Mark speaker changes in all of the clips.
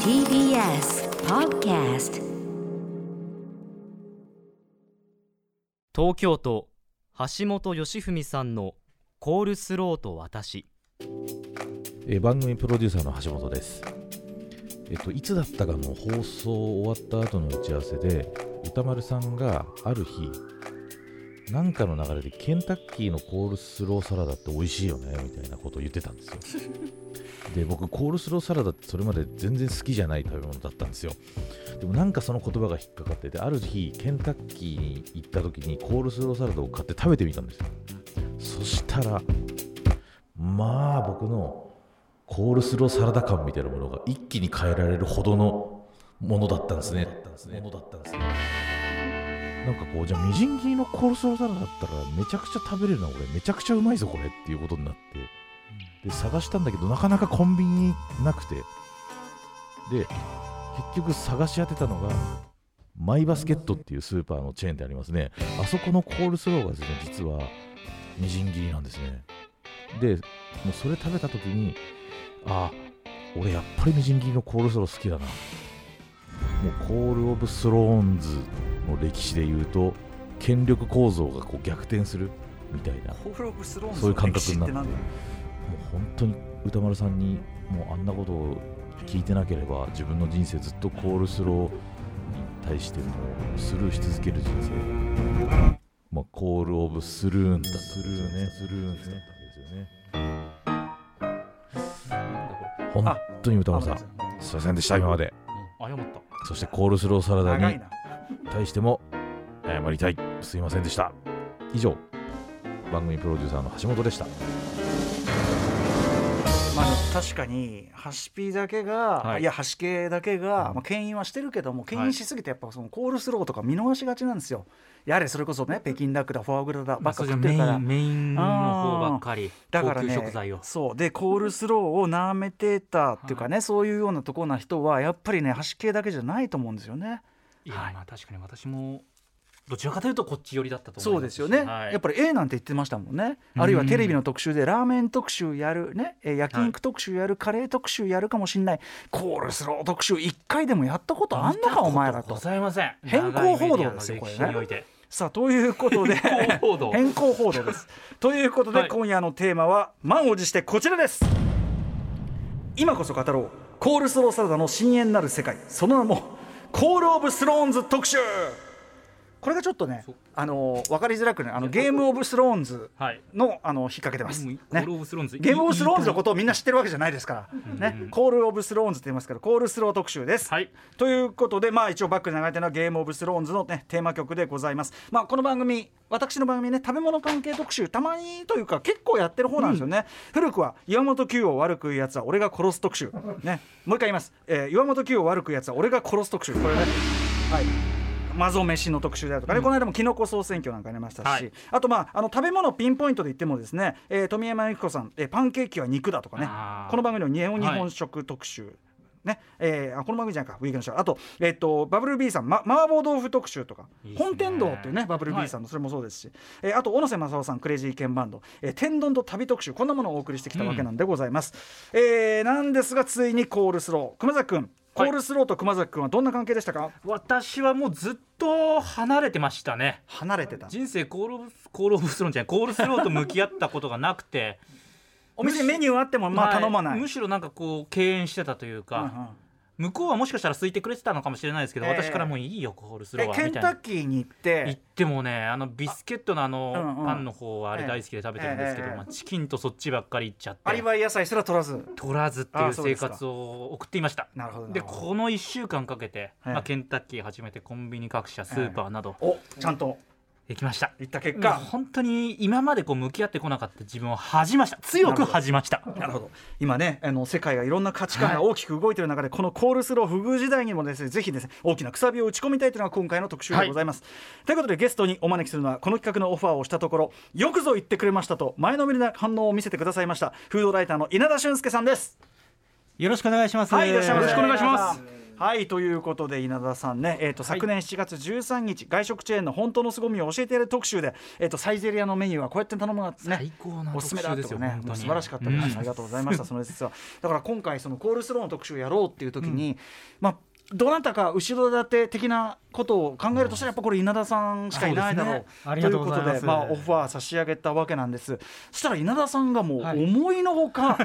Speaker 1: TBS Podcast
Speaker 2: 東京都橋本義文さんの「コールスローと私
Speaker 3: えー番組プロデューサーの橋本です、えっと、いつだったかの放送終わった後の打ち合わせで歌丸さんがある日なんかの流れでケンタッキーのコールスローサラダって美味しいよねみたいなことを言ってたんですよで僕コールスローサラダってそれまで全然好きじゃない食べ物だったんですよでもなんかその言葉が引っかかっててある日ケンタッキーに行った時にコールスローサラダを買って食べてみたんですよそしたらまあ僕のコールスローサラダ感みたいなものが一気に変えられるほどのものだったんですね。なんかこうじゃあみじん切りのコールスローサラダだったらめちゃくちゃ食べれるな俺めちゃくちゃうまいぞこれっていうことになってで探したんだけどなかなかコンビニなくてで結局探し当てたのがマイバスケットっていうスーパーのチェーンでありますねあそこのコールスローがですね実はみじん切りなんですねでもうそれ食べた時にあ俺やっぱりみじん切りのコールスロー好きだなもうコール・オブ・スローンズの歴史でいうと権力構造がこう逆転するみたいなも
Speaker 4: ホール・オブ・スローン
Speaker 3: そういう感覚になっ
Speaker 4: っててなんだよ
Speaker 3: う本当に歌丸さんにもうあんなことを聞いてなければ自分の人生ずっとコールスローに対してもうスルーし続ける人生、まあ、コール・オブ・スルーンズだったんですよねスルーンズだったんですよね本当に歌丸さんすいませんでした今まで」
Speaker 2: 謝った
Speaker 3: そしてコールスローサラダ
Speaker 4: 長い
Speaker 3: に
Speaker 4: な
Speaker 3: 対しても謝りたいすいませんでした以上番組プロデューサーの橋本でした
Speaker 4: まあ、確かにハシピだけが、
Speaker 2: はい
Speaker 4: い、やハシ系だけが、
Speaker 3: うん
Speaker 4: まあ、牽引はしてるけども牽
Speaker 2: はい
Speaker 4: 引しすぎてやっぱそのコールスローとか見逃しがちなんですよ、やれそれこそね北京ダックだフォアグラだばっか食って
Speaker 2: メ
Speaker 4: るから、
Speaker 2: インメインの方ばっかり
Speaker 4: だ
Speaker 2: 高
Speaker 4: から
Speaker 2: 級
Speaker 4: ね
Speaker 2: 食材を
Speaker 4: そうでコールスローをなめてたっていうかね、そういうようなとこな人はやっぱりねハシ系だけじゃないと思うんですよね
Speaker 2: いやまあ確かに私もどちらかというとこっち寄りだったと思い
Speaker 4: そう
Speaker 2: ま
Speaker 4: ですすよね、
Speaker 2: はい
Speaker 4: やっぱり A なんて言ってましたもんね
Speaker 2: うん
Speaker 4: あるいはテレビの特集でラーメン特集やるねえー焼肉特集やる、カレー特集やるかもしんないコールスロー特集1回でもやったことあんのかお前ら
Speaker 2: ご
Speaker 4: と
Speaker 2: ざいません
Speaker 4: 変更報道ですよ
Speaker 2: 長いメディアの歴史
Speaker 4: これね
Speaker 2: において
Speaker 4: さあということで
Speaker 2: 変更報道
Speaker 4: 変更報道ですということで、
Speaker 2: はい
Speaker 4: 今夜のテーマは満を持してこちらです今こそ語ろうコールスローサラダの深淵なる世界その名もコール・オブ・スローンズ特集これがちょっとね
Speaker 2: そう
Speaker 4: あの分かりづらくねあ
Speaker 2: い
Speaker 4: の
Speaker 2: や
Speaker 4: ゲーム・オブ・スローンズ
Speaker 2: はい
Speaker 4: のあの引っ掛け
Speaker 2: で
Speaker 4: てます、
Speaker 2: も
Speaker 4: ね、
Speaker 2: コールオブスローンズ
Speaker 4: ゲームオブスローンズのこととをみんな知ってるわけじゃないですから、ね、コール・オブ・スローンズって言いますからコールスロー特集です。
Speaker 2: はい
Speaker 4: ということで、まあ、一応バックで流れてるのはゲーム・オブ・スローンズの、ね、テーマ曲でございます。まあ、この番組私の番組ね食べ物関係特集たまにというか結構やってる方なんですよね、古くは「岩本九を悪く言うやつは俺が殺す特集」ね、もう一回言います「えー岩本九を悪く言うやつは俺が殺す特集」これね。はいマゾ飯の特集であるとかね、この間もキノコ総選挙なんかありましたし、
Speaker 2: はい
Speaker 4: あと、まあ、あの食べ物ピンポイントで言ってもですね、えー富山由紀子さん、えーパンケーキは肉だとかね
Speaker 2: あー
Speaker 4: この番組の日本日本食特集、ねえーあこの番組じゃないかウィークのショーあと,、えー、とバブル B さん、ま、麻婆豆腐特集とか
Speaker 2: いいですね
Speaker 4: 本天堂っていうねバブル B さんの、それもそうですし、えーあと小野瀬正夫さんクレイジーケンバンド、えー天丼と旅特集こんなものをお送りしてきたわけなんでございます、えーなんですがついにコールスロー熊崎君コールスローと熊崎君はどんな関係でしたか、
Speaker 2: 私はもうずっと離れてましたね
Speaker 4: 離れてた
Speaker 2: 人生コールオブコールオブスローンじゃないコールスローと向き合ったことがなくて
Speaker 4: お店にメニューあってもまあ頼まない、
Speaker 2: はいむしろなんかこう敬遠してたという
Speaker 4: うんう
Speaker 2: か、
Speaker 4: ん
Speaker 2: 向こうはもしかしたら空いてくれてたのかもしれないですけど、
Speaker 4: ええ
Speaker 2: 私からもういいよコールスロー
Speaker 4: え
Speaker 2: は
Speaker 4: ケン
Speaker 2: み
Speaker 4: タ
Speaker 2: たいな
Speaker 4: ッキーに行っ
Speaker 2: 行っててもねあのビスケットのあの
Speaker 4: うんうん
Speaker 2: パンの方はあれ大好きで食べてるんですけど、
Speaker 4: ええええ
Speaker 2: まあ、チキンとそっちばっかり行っちゃっ
Speaker 4: アリ
Speaker 2: て
Speaker 4: バイ野菜すら取らず
Speaker 2: 取らずってい
Speaker 4: あ
Speaker 2: う
Speaker 4: そうで
Speaker 2: 生
Speaker 4: すか
Speaker 2: 活を送っていました
Speaker 4: なるほどな
Speaker 2: で
Speaker 4: るほど
Speaker 2: この1週間かけて、
Speaker 4: ええ
Speaker 2: まあ、ケンタッキーはじめてコンビニ各社スーパーなど
Speaker 4: おちゃんと
Speaker 2: 行きました、
Speaker 4: 行った結
Speaker 2: が
Speaker 4: 果、
Speaker 2: 本当に今までこう向き合ってこなかった自分を恥じました強く恥じました
Speaker 4: なるほど今ねあの世界がいろんな価値観が大きく動いてる中で、このコールスロー不遇時代にもですねぜひですね大きなくさびを打ち込みたいというのが今回の特集でございます、ということでゲストにお招きするのはこの企画のオファーをしたところよくぞ言ってくれましたと前のめりな反応を見せてくださいましたフードライターの稲田俊介さんです
Speaker 5: よろしくお願いします。
Speaker 4: はいいらっしゃいませ
Speaker 5: よろしくお願いします。
Speaker 4: はいということで稲田さんね、えーと
Speaker 2: はい
Speaker 4: 昨年7月13日外食チェーンの本当の凄みを教えている特集で、えー、とサイゼリアのメニューはこうやって頼むのがね
Speaker 2: 最高な
Speaker 4: お
Speaker 2: 特
Speaker 4: すすめだ
Speaker 2: 集
Speaker 4: と
Speaker 2: です
Speaker 4: か
Speaker 2: よ
Speaker 4: ね
Speaker 2: 本、当
Speaker 4: もう
Speaker 2: に
Speaker 4: 素晴らしかったです、
Speaker 2: うん
Speaker 4: ありがとうございました、 その実は。だから今回、そのコールスローの特集やろうっていう時に、まあ、どなたか後ろ盾的なことを考えるとしたら、やっぱこれ、稲田さんしかいないだろう
Speaker 2: そうですねありがとうございます
Speaker 4: いうことで、まあ、オファー差し上げたわけなんです。そしたら稲田さんがもう
Speaker 2: はい
Speaker 4: 思いのほか、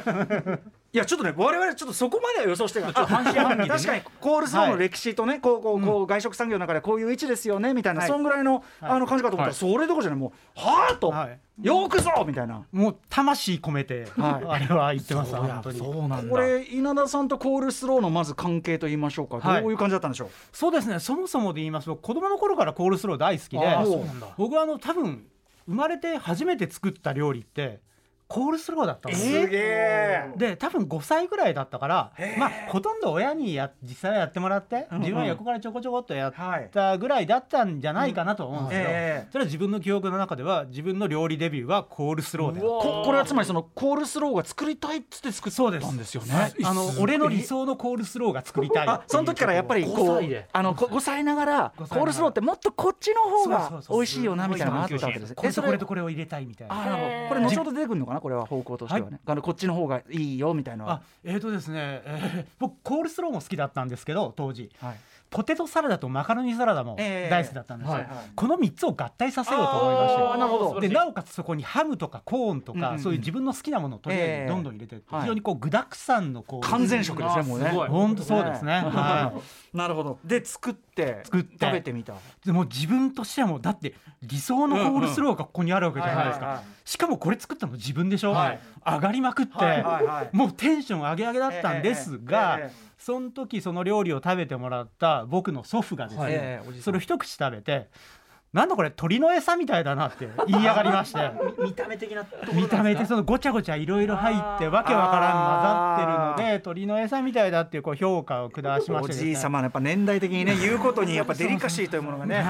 Speaker 4: いやちょっとね我々ちょっとそこまでは予想してなかった半信半疑確かにコールスローの歴史とね、こうこうこう外食産業の中でこういう位置ですよねみたいな、
Speaker 1: はい
Speaker 4: そんぐらいの
Speaker 1: はい
Speaker 4: あの感じかと思ったら、
Speaker 1: はい
Speaker 4: それどころじゃないもうはあと、
Speaker 1: はい
Speaker 4: よくぞみたいな。
Speaker 1: もう魂込めて、
Speaker 4: はい
Speaker 1: あれは言ってます本当に
Speaker 2: そうなんだ
Speaker 4: これ稲田さんとコールスローのまず関係と言いましょうか、
Speaker 1: はい
Speaker 4: どういう感じだったんでしょう
Speaker 1: そうですねそもそもで言いますと子供の頃からコールスロー大好きで
Speaker 4: あーそうなん
Speaker 2: だ
Speaker 1: 僕はあの多分生まれて初めて作った料理ってコールスローだったんですよ
Speaker 4: すげえ
Speaker 1: で多分5歳ぐらいだったから、まあ、ほとんど親にや実際はやってもらって、
Speaker 4: うんうん
Speaker 1: 自分は横からちょこちょこっとやっ
Speaker 4: はい
Speaker 1: たぐらいだったんじゃないかなとは思うんですけど、
Speaker 4: ええ
Speaker 1: それは自分の記憶の中では自分の料理デビューはコールスローであっ
Speaker 4: ここれはつまりそのコールスローが作りたいっつって作ったんですよ
Speaker 1: た、
Speaker 4: ね
Speaker 1: あの俺の理想のコールスローが作りたいっていう
Speaker 4: あその時からやっぱり
Speaker 2: 5
Speaker 4: こう
Speaker 2: 歳で
Speaker 4: あのこ5歳ながらコ
Speaker 1: 5歳ながら
Speaker 4: ールスローってもっとこっちの方
Speaker 1: そうそう
Speaker 4: が
Speaker 1: そう
Speaker 4: 美味しいよなみたいなのがあったわけです
Speaker 1: これと
Speaker 4: そ
Speaker 1: これとこれを入れたいみたいな
Speaker 4: あなるほどこれ後ほど出てくるのかなこれは方向としてはね、あのこっちの方がいいよみたいなの
Speaker 1: あ
Speaker 4: は
Speaker 1: えーとですね、えー僕コールスローも好きだったんですけど当時
Speaker 4: はい
Speaker 1: ポテトサラダとマカロニサラダも
Speaker 4: ええ
Speaker 1: 大好きだったんですよ、
Speaker 4: はいはい
Speaker 1: この3つを合体させようと思いまして
Speaker 4: あーなるほど
Speaker 1: でなおかつそこにハムとかコーンとか、
Speaker 4: うんうん
Speaker 1: そういう自分の好きなものをとりあえずどんどん入れてって、
Speaker 4: ええはい
Speaker 1: 非常にこう具沢山のこう
Speaker 4: 完全食ですねもうね
Speaker 2: すごい
Speaker 1: 本当そうですね、
Speaker 4: ね
Speaker 1: は
Speaker 4: なるほどで作って
Speaker 1: 作って
Speaker 4: 食べてみた
Speaker 1: い、でもう自分としてはもうだって理想のコールスローがここにあるわけじゃないですか、
Speaker 4: はいはいはい
Speaker 1: しかもこれ作ったの自分でしょ、
Speaker 2: はい
Speaker 1: 上がりまくって、
Speaker 4: はいはいはい
Speaker 1: もうテンション上げ上げだったんですが、
Speaker 4: ええええええ
Speaker 1: その時その料理を食べてもらった僕の祖父がですね、
Speaker 2: はい
Speaker 4: ええおじさん
Speaker 1: それを一口食べて「なんだこれ鳥の餌みたいだな」 って言い上がりまして
Speaker 2: 見た目的なところ
Speaker 1: 見た目でそのごちゃごちゃいろいろ入ってわけわからん混ざってるの
Speaker 4: あ
Speaker 1: で鳥の餌みたいだっていうこう評価を下しま
Speaker 4: お
Speaker 1: してです
Speaker 4: じ
Speaker 1: ね
Speaker 4: い様のやっぱ年代的に ね言うことにやっぱデリカシーというものがねう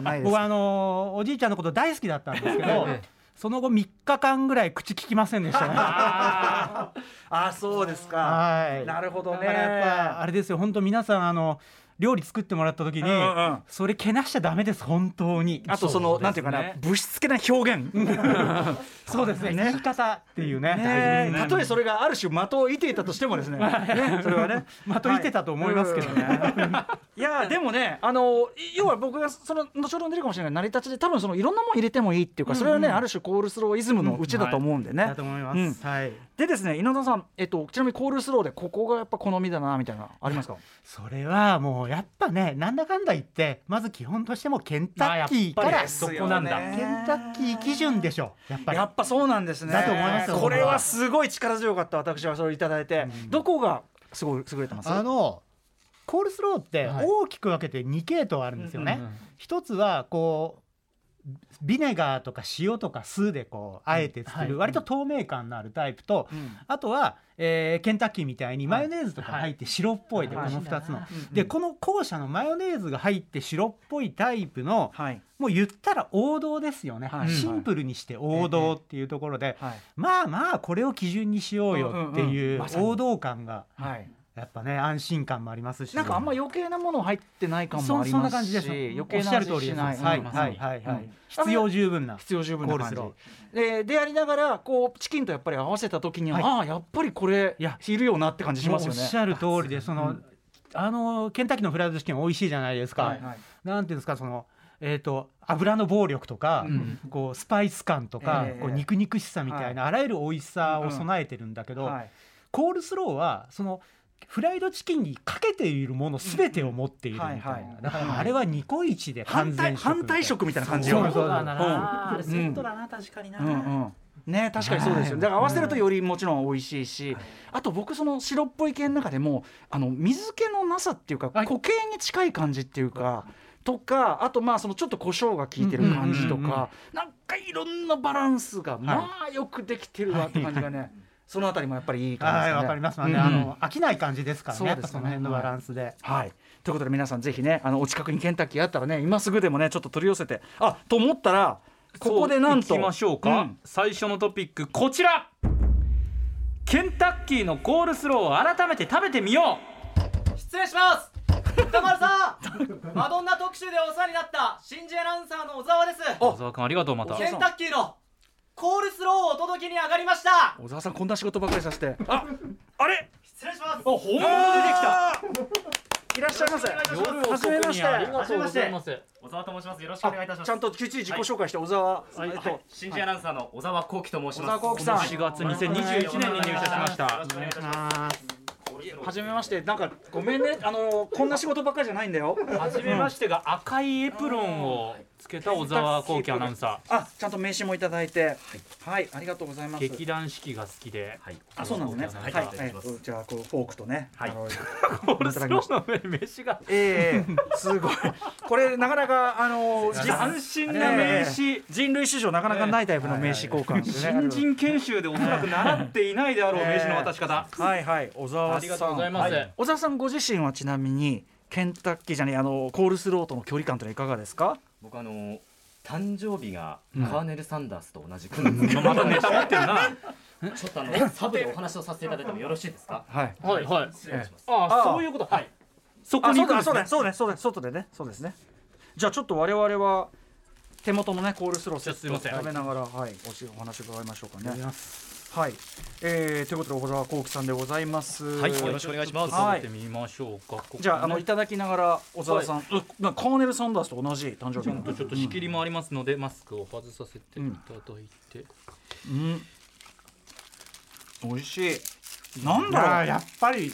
Speaker 4: んないです
Speaker 1: 僕はあのーおじいちゃんのこと大好きだったんですけど
Speaker 2: ええ
Speaker 1: その後3日間ぐらい口利きませんでしたね。
Speaker 4: あーあそうですか
Speaker 1: はい
Speaker 4: なるほどね
Speaker 1: だからやっぱあれですよ本当皆さんあの料理作ってもらった時に、
Speaker 4: うんうん
Speaker 1: それけなしちゃダメです本当に
Speaker 4: あとそのなんていうかな物質的な表現
Speaker 1: そうですね生き方っていうね
Speaker 4: ね
Speaker 1: 大事
Speaker 4: え
Speaker 1: です
Speaker 4: たとえそれがある種的を射ていたとしてもですねねそれはね
Speaker 1: まといてたと思いますけどね、
Speaker 4: いやでもねあのい要は僕がその後ほど出るかもしれない成り立ちで多分そのいろんなもん入れてもいいっていうかそれはねある種コールスローイズムのうちだと思うんでね
Speaker 1: だと思います、
Speaker 4: うん
Speaker 1: はい
Speaker 4: でですね稲田さんえっとちなみにコールスローでここがやっぱ好みだなみたいなありますか
Speaker 1: それはもうやっぱねなんだかんだ言ってまず基本としてもケンタッキーか
Speaker 2: まあや
Speaker 1: ら
Speaker 2: っぱりそこなんだ
Speaker 4: ですよね
Speaker 1: ケンタッキー基準でしょやっぱり
Speaker 4: やっぱそうなんですね
Speaker 1: だと思いますよ
Speaker 4: これはすごい力強かった私はそれをいただいてどこがすごい優れてます
Speaker 1: あのコールスローって
Speaker 2: はい
Speaker 1: 大きく分けて2系統あるんですよね、
Speaker 2: うんうんうん
Speaker 1: 一つはこうビネガーとか塩とか酢でこうあえて作
Speaker 2: はい
Speaker 1: る割と透明感のあるタイプと
Speaker 4: うん
Speaker 1: あとはえーケンタッキーみたいにマヨネーズとか入って白っぽいでこ
Speaker 4: はい
Speaker 1: の2つの
Speaker 2: は
Speaker 4: うん
Speaker 1: でこの後者のマヨネーズが入って白っぽいタイプの
Speaker 4: はい
Speaker 1: もう言ったら王道ですよね
Speaker 4: はい
Speaker 1: シンプルにして王道っていうところで
Speaker 4: はい
Speaker 1: まあまあこれを基準にしようよって
Speaker 4: うんうんう
Speaker 1: い
Speaker 4: ん
Speaker 1: う
Speaker 4: まさに
Speaker 1: 王道感が
Speaker 4: はい
Speaker 1: やっぱね安心感もありますし
Speaker 4: なんかあんま余計なもの入ってない感も
Speaker 1: そ
Speaker 4: あ
Speaker 1: ん
Speaker 4: り
Speaker 1: そん
Speaker 4: ま
Speaker 1: な感
Speaker 4: す
Speaker 1: じ
Speaker 4: し
Speaker 1: で
Speaker 4: 余
Speaker 1: すお
Speaker 4: 計
Speaker 1: っし
Speaker 4: な
Speaker 1: ゃる
Speaker 4: 味
Speaker 1: 通りで
Speaker 4: し
Speaker 1: す
Speaker 4: な
Speaker 1: はいい
Speaker 4: うん
Speaker 1: はい
Speaker 4: まさに
Speaker 1: はいは
Speaker 4: う
Speaker 1: い
Speaker 4: ん
Speaker 1: 必要十分な
Speaker 4: 必要十分な感じ
Speaker 1: コール
Speaker 4: ででありながらこうチキンとやっぱり合わせた時には、
Speaker 1: はい
Speaker 4: ああやっぱりこれ
Speaker 1: いや
Speaker 4: いるよなって感じしますよね
Speaker 1: おっしゃる通りでその、
Speaker 4: うん
Speaker 1: あのケンタッキーのフライドチキン美味しいじゃないですか、
Speaker 4: はいはい
Speaker 1: なんていうんですかそのえー、と油の暴力とか、
Speaker 4: うん
Speaker 1: こうスパイス感とか、
Speaker 4: ええ
Speaker 1: こう肉肉しさみたいな、あらゆる美味しさを備えてるんだけど、
Speaker 4: はい
Speaker 1: コールスローはそのフライドチキンにかけているもの全てを持っているみたいな、
Speaker 4: うんはいはい
Speaker 1: だからあれはニコイチで完
Speaker 4: 反対
Speaker 1: 全食
Speaker 4: 反対色みたいな感じよ
Speaker 1: そうそう
Speaker 2: だなあれセットだな確かにな
Speaker 4: うんうんね、確かにそうですよ、
Speaker 1: はい
Speaker 4: だから合わせるとよりもちろん美味しいし、あと僕その白っぽい系の中でもあの水気のなさっていうか
Speaker 1: はい
Speaker 4: 固形に近い感じっていうか、とかあとまあそのちょっと胡椒が効いてる感じと
Speaker 1: うんうんうんうん
Speaker 4: か、なんかいろんなバランスがまあよくできてるわって感じがね、そのあたりもやっぱりいい感じです
Speaker 1: はい
Speaker 4: ね。
Speaker 1: わかりますわね、
Speaker 4: うん
Speaker 1: あの飽きない感じですからね
Speaker 4: そう
Speaker 1: やっ
Speaker 4: ですね
Speaker 1: ぱその辺のバランスで、
Speaker 4: はい、ということで皆さんぜひねあのお近くにケンタッキーあったらね今すぐでもねちょっと取り寄せてあと思ったらここでなんと
Speaker 2: そう行きましょうか、
Speaker 4: ん
Speaker 2: 最初のトピックこちらケンタッキーのコールスローを改めて食べてみよう失礼します歌丸さん マドンナ特集でお世話になった新人アナウンサーの小沢です
Speaker 4: お
Speaker 5: 小沢君ありがとうまた
Speaker 4: お
Speaker 2: ケンタッキーのコールスローをお届けに上がりました
Speaker 4: 小沢さんこんな仕事ばっかりさせてああれ
Speaker 2: 失礼します
Speaker 5: 本物出てき
Speaker 4: いらっしゃいませ
Speaker 2: よろしくお願いい
Speaker 5: 夜
Speaker 2: たします
Speaker 4: はじめまして
Speaker 5: ありがとうございます
Speaker 2: 小沢と申しますよろしくお願いいたし
Speaker 4: あ
Speaker 2: ます
Speaker 4: ちゃんときっちり自己紹介して小沢
Speaker 2: はい
Speaker 4: えっ
Speaker 2: はい
Speaker 4: と
Speaker 2: 新人アナウンサーの小沢幸喜と申し
Speaker 4: 小
Speaker 2: ます
Speaker 4: 沢幸喜さん
Speaker 5: 4月2021年に入社しました
Speaker 2: よろしくお願いいたしま
Speaker 4: はじめましてなんかごめんねあのこんな仕事ばっかりじゃないんだよ
Speaker 5: 初めましてが赤いエプロンをつけた小沢幸喜アナウンサ
Speaker 4: あちゃんと名刺もいただいてはいありがとうございま
Speaker 5: ー
Speaker 4: す
Speaker 5: 劇団四季が好きです
Speaker 4: あそうなんですねはいはい
Speaker 2: お願いします
Speaker 4: えっとじゃあこうフォークとね
Speaker 5: はい
Speaker 4: あの
Speaker 5: コールスローの上に飯が
Speaker 4: ええすごいこれなかなかあのじ
Speaker 5: 斬新な名刺
Speaker 4: 人類史上なかなかないタイプの名刺交換ですね
Speaker 5: 新人研修でおそらく習っていないであろう
Speaker 4: ええ
Speaker 5: 名刺の渡し方
Speaker 4: はいはい小沢さん
Speaker 5: ありがとうございます
Speaker 4: は小沢さんご自身はちなみにケンタッキーじゃねえあのコールスローとの距離感というのはいかがですか
Speaker 2: 僕あの誕生日が
Speaker 4: うん
Speaker 2: カーネル・サンダースと同じくなんですけど、
Speaker 5: またネタ持ってるな
Speaker 2: ちょっとあのサブでお話をさせていただいてもよろしいですか
Speaker 4: はい
Speaker 5: はいはい
Speaker 2: 失礼します
Speaker 5: あ
Speaker 4: あ
Speaker 5: あそういうことはいそこ
Speaker 4: あ
Speaker 5: に
Speaker 4: そ
Speaker 5: 行
Speaker 4: う
Speaker 5: く
Speaker 4: だ
Speaker 5: んで
Speaker 4: そ
Speaker 5: す
Speaker 4: う
Speaker 5: ね
Speaker 4: だそうだそうだ外でねそうですねじゃあちょっと我々は手元のねコールスローセ
Speaker 5: す
Speaker 4: ッ
Speaker 5: い
Speaker 4: トを
Speaker 5: ません
Speaker 4: 食べながらはいおしお話伺いましょうかね
Speaker 1: ま
Speaker 4: はいえーということで小沢幸喜さんでございます
Speaker 5: はい
Speaker 2: よろしくお願いします
Speaker 5: 食べてみましょうかここね
Speaker 4: じゃああのいただきながら小沢さんうなカーネル・サンダースと同じ誕生日
Speaker 5: ちょ
Speaker 4: なん
Speaker 5: っ
Speaker 4: だ
Speaker 5: とちょっと仕切りもありますので、マスクを外させていただいて、
Speaker 4: うん美味しいなんだ
Speaker 1: あ
Speaker 4: ろ
Speaker 1: やっぱり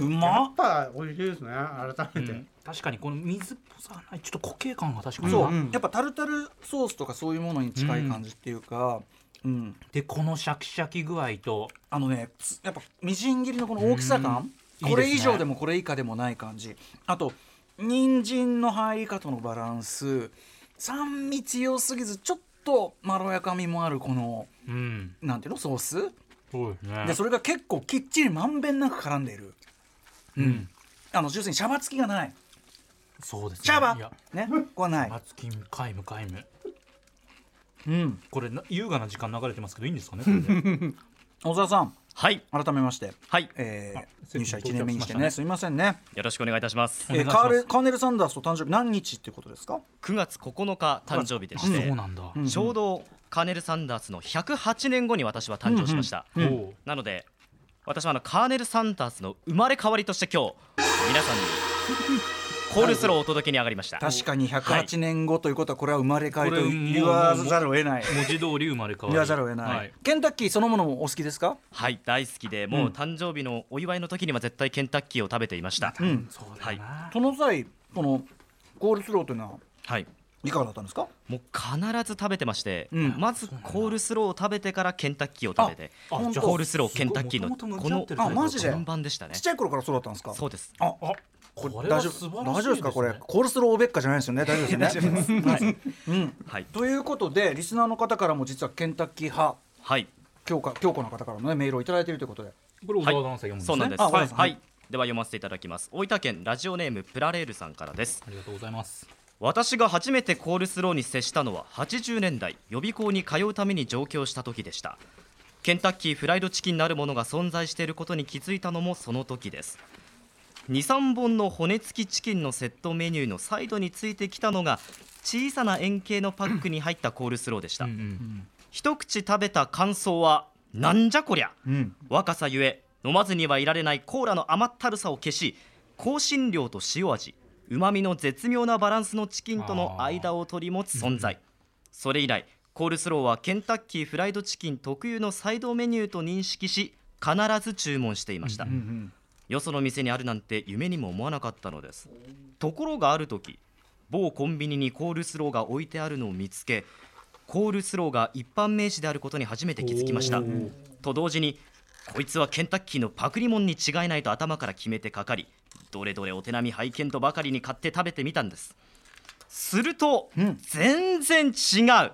Speaker 4: うう
Speaker 1: や
Speaker 4: まっ
Speaker 1: っぱ美味しいですね改めて、
Speaker 5: うん確かにこの水っぽさはないちょっと固形感が確かに
Speaker 4: そう、
Speaker 5: な
Speaker 1: うん
Speaker 4: やっぱタルタルソースとかそういうものに近い感じっていうか、うん
Speaker 5: でこのシャキシャキ具合と
Speaker 4: あのねつやっぱみじん切りのこの大きさ感、
Speaker 5: うん
Speaker 4: こ
Speaker 5: い
Speaker 4: れ
Speaker 5: いで
Speaker 4: 以
Speaker 5: すね
Speaker 4: 上でもこれ以下でもない感じあと人参の入り方のバランス酸味強すぎずちょっとまろやかみもあるこの
Speaker 5: うん
Speaker 4: なんていうのソース
Speaker 5: そうですね
Speaker 4: でそれが結構きっちりまんべんなく絡んでいる
Speaker 5: うん
Speaker 4: あの要するにシャバつきがない
Speaker 5: そうですね
Speaker 4: シャバ
Speaker 5: いや
Speaker 4: ねここはない、
Speaker 5: 松金皆無皆無
Speaker 4: うん、
Speaker 5: これな優雅な時間流れてますけどいいんですかねこれで
Speaker 4: 小沢さん
Speaker 2: はい
Speaker 4: 改めまして、
Speaker 2: はい
Speaker 4: えー
Speaker 5: あ
Speaker 4: 入社1年目にしてね
Speaker 5: 到
Speaker 4: す
Speaker 5: 着しましたね
Speaker 4: みませんね
Speaker 2: よろしくお願いいたします
Speaker 5: お願い
Speaker 4: えー
Speaker 5: します
Speaker 4: カーレカーネル・サンダースと誕生日何日っていうことですか
Speaker 2: 9月9日誕生日で
Speaker 5: あ
Speaker 2: し
Speaker 5: そう
Speaker 2: て
Speaker 5: なんだ、
Speaker 4: ん
Speaker 2: ちょうどカーネル・サンダースの108年後に私は誕生しました、
Speaker 5: おう
Speaker 2: なので私はあのカーネル・サンダースの生まれ変わりとして今日皆さんにコールスローをお届けに上がりました
Speaker 4: 確かに108年後ということはこれは生まれ変わりと
Speaker 5: これ
Speaker 4: 言わざるを得ない
Speaker 5: 文字通り生まれ変わり
Speaker 4: 言わざるを得ない、
Speaker 5: はい
Speaker 4: ケンタッキーそのものもお好きですか
Speaker 2: はい大好きでもう誕生日のお祝いの時には絶対ケンタッキーを食べていました、
Speaker 4: うん
Speaker 5: そうだよな、
Speaker 4: その際このコールスローというのは
Speaker 2: はい
Speaker 4: いかがだったんですか
Speaker 2: もう必ず食べてまして、
Speaker 4: うん
Speaker 2: まずコールスローを食べてからケンタッキーを食べて
Speaker 5: あ
Speaker 4: 本当
Speaker 5: じゃあ
Speaker 2: コールスローケンタッキーの
Speaker 5: すごい
Speaker 2: こ
Speaker 5: 元々向き合
Speaker 2: の
Speaker 5: ってるタイプ
Speaker 4: あマジで
Speaker 2: 順番でしたね
Speaker 4: ちっちゃい頃からそうだったんですか
Speaker 2: そうです
Speaker 4: あ
Speaker 5: あこれは
Speaker 4: 大丈
Speaker 5: 素晴ら
Speaker 4: 夫
Speaker 5: しいです、ね、
Speaker 4: 大丈夫ですかこれコールスローオベッカじゃないですよね大丈夫ですよ ね
Speaker 2: はい、
Speaker 4: うん
Speaker 2: はい
Speaker 4: ということでリスナーの方からも実はケンタッキー派
Speaker 2: はい
Speaker 4: 強化強固の方からもねメールをいただいているということで
Speaker 5: これ小沢アナウンサー読むんですね、
Speaker 2: そうなんです。
Speaker 4: あ
Speaker 2: はい、
Speaker 4: はい
Speaker 2: はいでは読ませていただきます。大分県ラジオネームプラレールさんからです。
Speaker 5: ありがとうございます
Speaker 2: 私が初めてコールスローに接したのは80年代予備校に通うために上京した時でした。ケンタッキーフライドチキンなるものが存在していることに気づいたのもその時です。23本の骨付きチキンのセットメニューのサイドについてきたのが小さな円形のパックに入ったコールスローでした。一口食べた感想はなんじゃこりゃ。
Speaker 4: うん
Speaker 2: 若さゆえ飲まずにはいられないコーラの甘ったるさを消し香辛料と塩味うまみの絶妙なバランスのチキンとの間を取り持つ存在それ以来コールスローはケンタッキーフライドチキン特有のサイドメニューと認識し必ず注文していました、
Speaker 4: うん
Speaker 2: よその店にあるなんて夢にも思わなかったのですところがある時某コンビニにコールスローが置いてあるのを見つけコールスローが一般名詞であることに初めて気づきましたと同時にこいつはケンタッキーのパクリモンに違いないと頭から決めてかかりどれどれお手並み拝見とばかりに買って食べてみたんですすると、
Speaker 4: ん
Speaker 2: 全然違う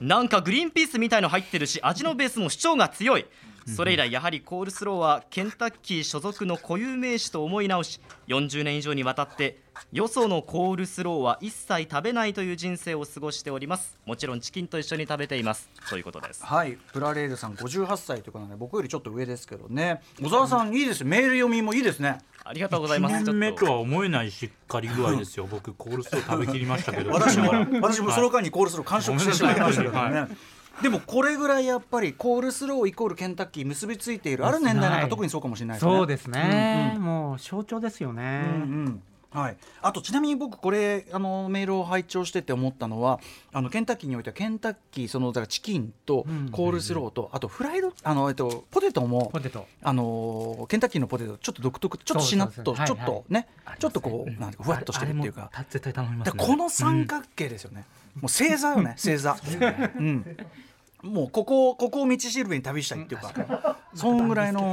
Speaker 2: なんかグリーンピースみたいの入ってるし味のベースも主張が強いそれ以来やはりコールスローはケンタッキー所属の固有名詞と思い直し40年以上にわたってよそのコールスローは一切食べないという人生を過ごしておりますもちろんチキンと一緒に食べていますということです
Speaker 4: はいプラレールさん58歳ということなんで僕よりちょっと上ですけどね小沢さんいいですメール読みもいいですね
Speaker 2: あありがとうございます
Speaker 5: 一
Speaker 2: ち
Speaker 5: 年
Speaker 2: ょ
Speaker 5: 目
Speaker 2: っと
Speaker 5: とは思えないしっかり具合ですよ僕コールスロー食べきりましたけど
Speaker 4: 私もほら私もその間にコールスロー完食してしまいましたけど
Speaker 5: は
Speaker 4: ね。でもこれぐらいやっぱりコールスローイコールケンタッキー結びついているある年代なんか特にそうかもしれないですね。
Speaker 1: そうですね、
Speaker 4: うん
Speaker 1: もう象徴ですよね、
Speaker 4: うんうんはい、あとちなみに僕これあのメールを拝聴してて思ったのはあのケンタッキーにおいてはケンタッキーそのだからチキンと
Speaker 1: うん
Speaker 4: コールスローと、あとフライドあの、えっと、ポテトも
Speaker 1: ポテト
Speaker 4: あのーケンタッキーのポテトちょっと独特ちょっとしなっ
Speaker 1: そう
Speaker 4: と
Speaker 1: そうそう
Speaker 4: ちょっ
Speaker 1: はいはい
Speaker 4: とね、ちょっとこうなんかふわっとしてるっていうか
Speaker 5: 絶対頼みま
Speaker 4: だからこの三角形ですよね、もう星座 よね星座うんもうここここを道しるべに旅したいっていうか、そんぐらいの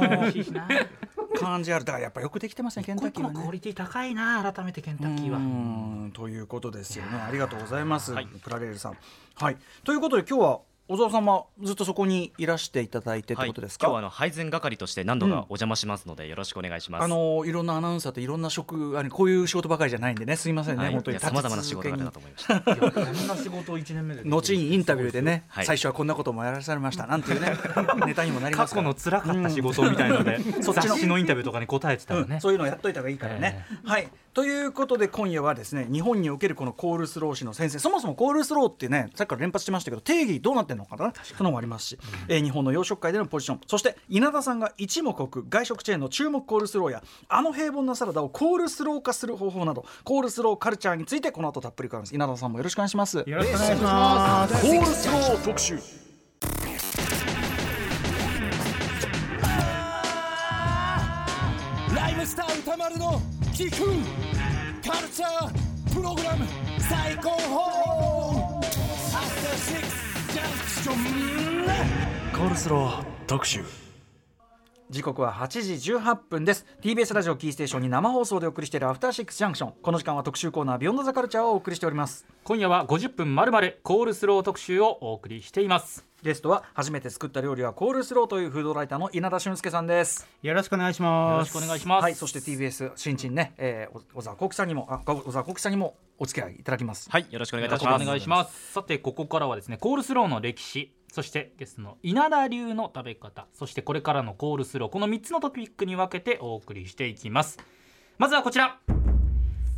Speaker 4: 感じあるだからやっぱよくできてますねケンタッキーはね
Speaker 1: リティ高いな改めてケン
Speaker 4: うーんということですよねありがとうございます、プラレールさん。はい、ということで今日は小沢様ずっとそこにいらしていただいてって
Speaker 2: はい、
Speaker 4: こ
Speaker 2: 今
Speaker 4: とです
Speaker 2: 日
Speaker 4: か、
Speaker 2: はあの配膳係として何度か
Speaker 4: うん
Speaker 2: お邪魔しますのでよろしくお願いします。
Speaker 4: あのいろんなアナウンサーといろんな職あのこういう仕事ばかりじゃないんでねすいませんね、
Speaker 2: はい、
Speaker 4: 本当
Speaker 2: い
Speaker 4: に
Speaker 2: や様々な仕事があるなと思いました。
Speaker 5: こんな仕事を一年目で
Speaker 4: 後にインタビューでね、
Speaker 2: はい
Speaker 4: 最初はこんなこともやらされましたなん ていうねネタにもなりま
Speaker 5: 過
Speaker 4: すか
Speaker 5: 去
Speaker 4: ら
Speaker 5: の辛かった仕事みたいので
Speaker 4: そっちの
Speaker 5: 雑誌のインタビューとかに答えてたら
Speaker 4: うん
Speaker 5: ね
Speaker 4: そういうのをやっといた方がいいからね。はいということで今夜はですね日本におけるこのコールスロー氏の先生そもそもコールスローってねさっきから連発してましたけど定義どうなってんのかなそのもありますし、えー日本の洋食界でのポジションそして稲田さんが一目置く外食チェーンの注目コールスローやあの平凡なサラダをコールスロー化する方法などコールスローカルチャーについてこの後たっぷり伺います稲田さんもよろしくお願いします。
Speaker 1: よろしくお願いします
Speaker 4: コールスロー特集
Speaker 6: ライムスター歌丸の聞くカルチャープログラム最高峰アフターシックスジャンクション
Speaker 4: コールスロー特集時刻は8時18分です TBS ラジオキーステーションに生放送でお送りしているアフターシックスジャンクションこの時間は特集コーナービヨンドザカルチャーをお送りしております
Speaker 5: 今夜は50分まるまるコールスロー特集をお送りしています
Speaker 4: ゲストは初めて作った料理はコールスローというフードライターの稲田俊介さんです
Speaker 1: よろしくお願いし
Speaker 5: よ
Speaker 1: ま
Speaker 5: ろ
Speaker 1: す
Speaker 5: しくお願いします
Speaker 4: はいそして TBS 新人ね、えー、お小沢幸喜さんにもあ小沢幸喜さんにもお付き合いいただきます
Speaker 2: はい、よろしくお願いい
Speaker 5: よろ
Speaker 2: た
Speaker 5: し
Speaker 2: し
Speaker 5: くお
Speaker 2: ます。
Speaker 5: 願いしますさてここからはですねコールスローの歴史そしてゲストの稲田流の食べ方そしてこれからのコールスローこの3つのトピックに分けてお送りしていきますまずはこちら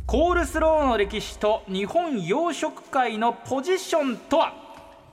Speaker 5: コールスローの歴史と日本洋食界のポジションとは、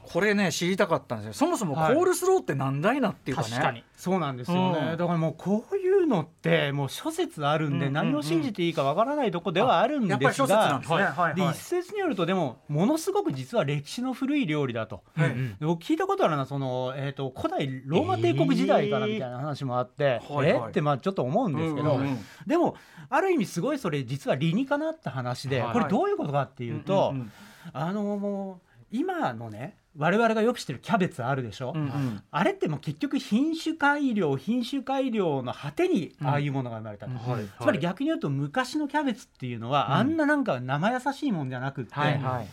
Speaker 4: これね知りたかったんですよそもそもコ
Speaker 1: はい
Speaker 4: ールスローってなんだいなっていうかね、
Speaker 5: 確かに
Speaker 1: そうなんですよね、
Speaker 4: うん
Speaker 1: だからもうこういうのってもう諸説あるんで、
Speaker 4: うん
Speaker 1: 何を信じていいかわからないとこではあるんです
Speaker 4: やっ
Speaker 1: が
Speaker 4: ぱり諸説なんですね、
Speaker 5: はい
Speaker 4: はい
Speaker 1: で
Speaker 4: はい
Speaker 1: 一説によるとでもものすごく実は歴史の古い料理だと。
Speaker 4: はい
Speaker 5: うん
Speaker 1: で僕聞いたことあるなその、えー、と古代ローマ帝国時代からみたいな話もあって、え
Speaker 4: えーはいはい
Speaker 1: ってまあちょっと思うんですけど、
Speaker 4: うんうんうん
Speaker 1: でもある意味すごいそれ実は理にかなった話で、
Speaker 5: はい
Speaker 1: これどういうことかっていうと、
Speaker 4: んん
Speaker 1: あのもう今のね我々がよく知ってるキャベツあるでしょ、
Speaker 4: うんうんうん
Speaker 1: あれってもう結局品種改良品種改良の果てにああいうものが生まれたと、
Speaker 5: はい
Speaker 1: つまり逆に言うと昔のキャベツっていうのは、あんななんか生優しいもんじゃなくって、
Speaker 4: はいはい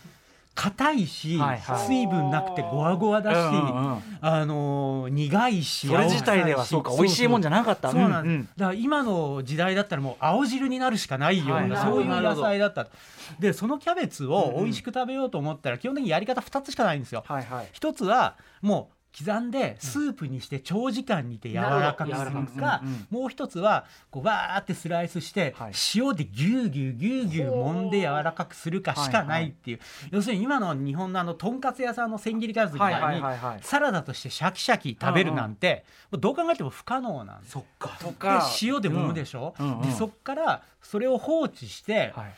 Speaker 1: 硬いし、
Speaker 4: はいはい
Speaker 1: 水分なくてゴワゴワだし、
Speaker 4: うんうんうん
Speaker 1: あの苦いし
Speaker 4: それ自体ではそうか美味しいもんじゃ
Speaker 1: ゃ
Speaker 4: なかった
Speaker 1: そうなんです、
Speaker 4: うん
Speaker 1: だから今の時代だったらもう青汁になるしかないような、
Speaker 4: はいはい
Speaker 1: そういう
Speaker 5: なるほ
Speaker 1: 野
Speaker 5: ど
Speaker 1: 菜だったでそのキャベツを美味しく食べようと思ったら基本的にやり方2つしかないんですよ、
Speaker 4: はいはい
Speaker 1: 一つはもう刻んでスープにして長時間煮て柔らかくする
Speaker 4: なるほど柔らか
Speaker 1: か
Speaker 4: くうん
Speaker 1: もう一つはこうわーってスライスして
Speaker 4: はい
Speaker 1: 塩でぎゅうぎゅうぎゅうぎゅう揉んで柔らかくするかしかないっていう要するに今の日本のあのとんかつ屋さんの千切りカツみ
Speaker 4: はい
Speaker 1: た
Speaker 4: はいい
Speaker 1: に
Speaker 4: はいはい
Speaker 1: サラダとしてシャキシャキ食べるなんてもうどう考えても不可能なんですよ。
Speaker 4: と
Speaker 1: で
Speaker 4: か
Speaker 1: 塩で揉むでしょ、
Speaker 4: うんうんうん
Speaker 1: でそっからそれを放置して
Speaker 4: はい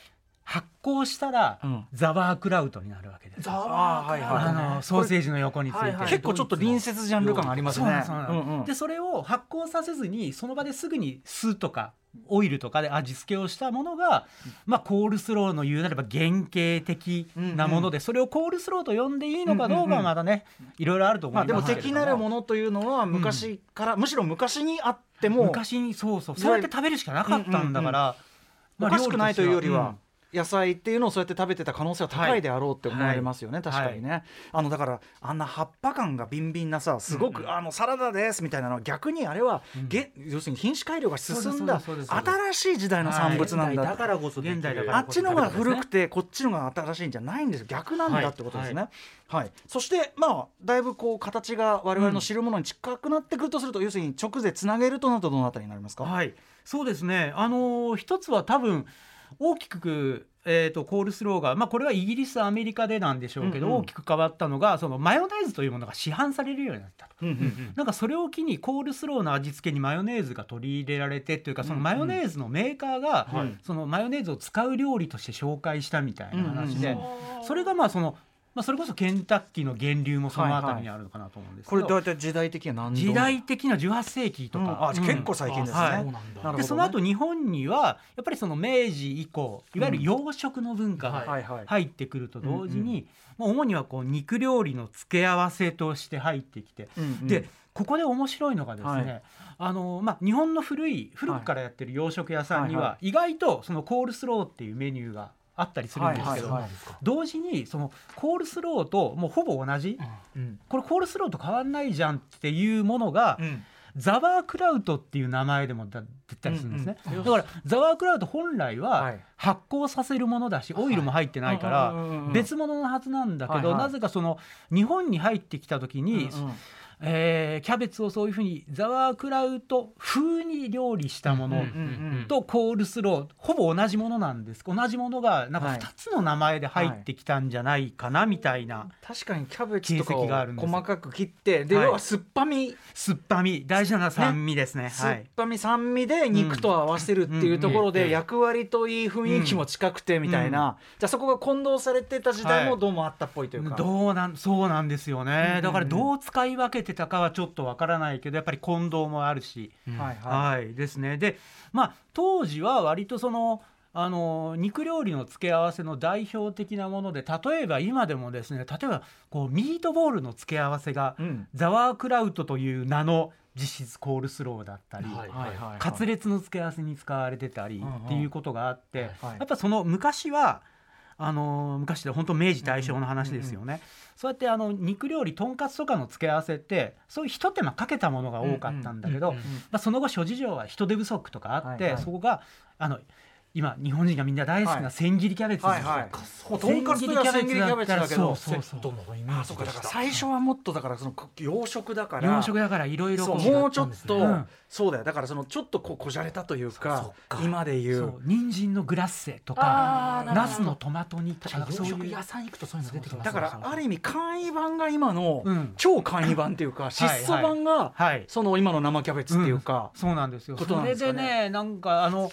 Speaker 1: 発酵したら
Speaker 4: うん
Speaker 1: ザワークラウトになるわけですよ。
Speaker 4: あーはい
Speaker 1: あ
Speaker 4: は
Speaker 1: のソーセージの横についてる、
Speaker 4: い結構ちょっと隣接ジャンル感あります
Speaker 1: そう
Speaker 4: ね
Speaker 1: なんですそうなんです
Speaker 4: うんうん
Speaker 1: でそれを発酵させずにその場ですぐに酢とかオイルとかで味付けをしたものが、まあ、コールスローの言うなれば原型的なもので、それをコールスローと呼んでいいのかどうかはまだね、いろいろあると思い
Speaker 4: ま
Speaker 1: ま
Speaker 4: あ
Speaker 1: す
Speaker 4: でも
Speaker 1: けれど
Speaker 4: 敵なるものというのは昔からむしろ昔にあっても
Speaker 1: 昔にそうそうそうやって食べるしかなかったんだから、
Speaker 4: お
Speaker 1: まあ
Speaker 4: かしくないというより
Speaker 1: う
Speaker 4: は
Speaker 1: ん
Speaker 4: 野菜っていうのをそうやって食べてた可能性は高いであろうって思われますよね
Speaker 1: い
Speaker 4: 確かにねあのだからあんな葉っぱ感がビンビンなさすごくあのサラダですみたいなのは逆にあれはげ要するに品種改良が進んだ
Speaker 1: そうですそうですそうです
Speaker 4: 新しい時代の産物なんだって
Speaker 5: らこそ
Speaker 1: 現代だから
Speaker 4: あっちの方が古くてこっちの方が新しいんじゃないんですよ逆なんだってことですね。はいそしてまあだいぶこう形が我々の知るものに近くなってくるとすると、要するに直でつなげるとなるとどのあたりになりますか、
Speaker 5: はい、
Speaker 1: そうですねあのー一つは多分大きく、えー、とコールスローが、まあ、これはイギリスアメリカでなんでしょうけど、
Speaker 4: うんうん
Speaker 1: 大きく変わったのがそのマヨネーズというものが市販されるようになったと。
Speaker 4: うんうん
Speaker 1: なんかそれを機にコールスローの味付けにマヨネーズが取り入れられてというかそのマヨネーズのメーカーが
Speaker 4: はい
Speaker 1: そのマヨネーズを使う料理として紹介したみたいな話
Speaker 4: う
Speaker 1: で
Speaker 4: ん
Speaker 1: それがまあそのまあそれこそケンタッキーの源流もそのあたりにあるのかなと思うんです
Speaker 4: こ
Speaker 1: け
Speaker 4: れどう
Speaker 1: ど
Speaker 4: やって時代的には何度
Speaker 1: 時代的な18世紀と
Speaker 4: うん
Speaker 1: か
Speaker 4: あ結構最近ですね。
Speaker 1: はい
Speaker 5: そうなんだ
Speaker 4: なるほど
Speaker 1: でその後日本にはやっぱりその明治以降いわゆる洋食の文化
Speaker 5: うん
Speaker 1: が
Speaker 4: はいはい。
Speaker 1: 入ってくると同時にまあ主にはこう肉料理の付け合わせとして入ってきて
Speaker 4: うんうん
Speaker 1: で、ここで面白いのがですね、
Speaker 4: はい
Speaker 1: あのまあ、日本の古い古くからやってる洋食屋さんに
Speaker 4: はい
Speaker 1: は意外とそのコールスローっていうメニューがあったりするんですけど、
Speaker 4: はいはい
Speaker 5: んですか
Speaker 1: 同時にそのコールスローともうほぼ同じ
Speaker 4: うん
Speaker 1: これコールスローと変わんないじゃんっていうものが、
Speaker 4: うん
Speaker 1: ザワークラウトっていう名前でもだ出たりするんですね、だからザワークラウト本来
Speaker 4: は
Speaker 1: はい発酵させるものだし、オイルも入ってないか
Speaker 4: う
Speaker 1: ら
Speaker 4: んうんうんうん
Speaker 1: 別物のはずなんだけど、
Speaker 4: はいはい
Speaker 1: なぜかその日本に入ってきた時に、
Speaker 4: うんうん
Speaker 1: えーキャベツをそういうふうにザワークラウト風に料理したもの
Speaker 4: うんうん
Speaker 1: とコールスローほぼ同じものなんです同じものがなんか
Speaker 4: はい
Speaker 1: 2つの名前で入ってきたんじゃないかなみたいな
Speaker 4: 確かにキャベツとか
Speaker 1: 形跡がある
Speaker 4: を
Speaker 1: んです
Speaker 4: 細かく切ってで
Speaker 1: はい
Speaker 4: 要は酸っぱみ
Speaker 1: 酸っぱみ大事なのは酸味ですねは
Speaker 4: 酸っ
Speaker 1: い
Speaker 4: ぱみ酸味で肉と合わせるっていうところで役割といい雰囲気も近くてみたいなじゃあそこが混同されてた時代もどうもあったっぽいというか。
Speaker 1: どうなんそうなんですよ
Speaker 4: うんうんう
Speaker 1: ね
Speaker 4: ん
Speaker 1: だからどう使い分けてたかはちょっとわからないけどやっぱり混同もあるし
Speaker 4: はいは
Speaker 1: はい、ですね。で、まあ、当時は割とその。あの肉料理の付け合わせの代表的なもので例えば今でもですね例えばこうミートボールの付け合わせが
Speaker 4: い。うん
Speaker 1: ザワークラウトという名の実質コールスローだったり、
Speaker 5: はい
Speaker 4: はいはいはい
Speaker 1: カツレツの付け合わせに使われてたり
Speaker 4: うんうん
Speaker 1: っていうことがあって、
Speaker 4: はい
Speaker 1: やっぱその昔はあの昔で本当明治大正の話ですよね、そうやってあの肉料理とんかつとかの付け合わせってそういうひと手間かけたものが多かったんだけど、
Speaker 5: うんうんうん
Speaker 1: まあ、その後諸事情は人手不足とかあって、
Speaker 4: はいはい
Speaker 1: そこがあの今日本人がみんな大好き
Speaker 4: はい
Speaker 1: な千切りキャベツですよ、
Speaker 4: はいはい。もうとんかつといえば千切りキャベツだけど。
Speaker 1: そうそうそう
Speaker 5: のイメー
Speaker 4: そうかだから最初はもっとだからその洋食だから。
Speaker 1: 洋食だからいろいろ
Speaker 4: そ
Speaker 1: こ
Speaker 4: う
Speaker 1: う
Speaker 4: もうちょっと、
Speaker 1: うん
Speaker 4: そうだよだからそのちょっとこうこじゃれたというか今で言
Speaker 1: そう
Speaker 4: う
Speaker 1: 人参のグラッセと
Speaker 4: あ
Speaker 1: か
Speaker 4: ーなるほど
Speaker 1: ナスのトマト煮とかなんか
Speaker 5: 洋
Speaker 1: そう
Speaker 5: 食
Speaker 1: いう
Speaker 5: 屋さん行くとそういうの出てきます
Speaker 4: だからある意味簡易版が今の、
Speaker 1: うん
Speaker 4: 超簡易版っていうか質素版が、
Speaker 1: はい
Speaker 4: その今の生キャベツっていうか、
Speaker 1: そうなんですよ
Speaker 4: ことなんですかね
Speaker 1: それでねなんかあの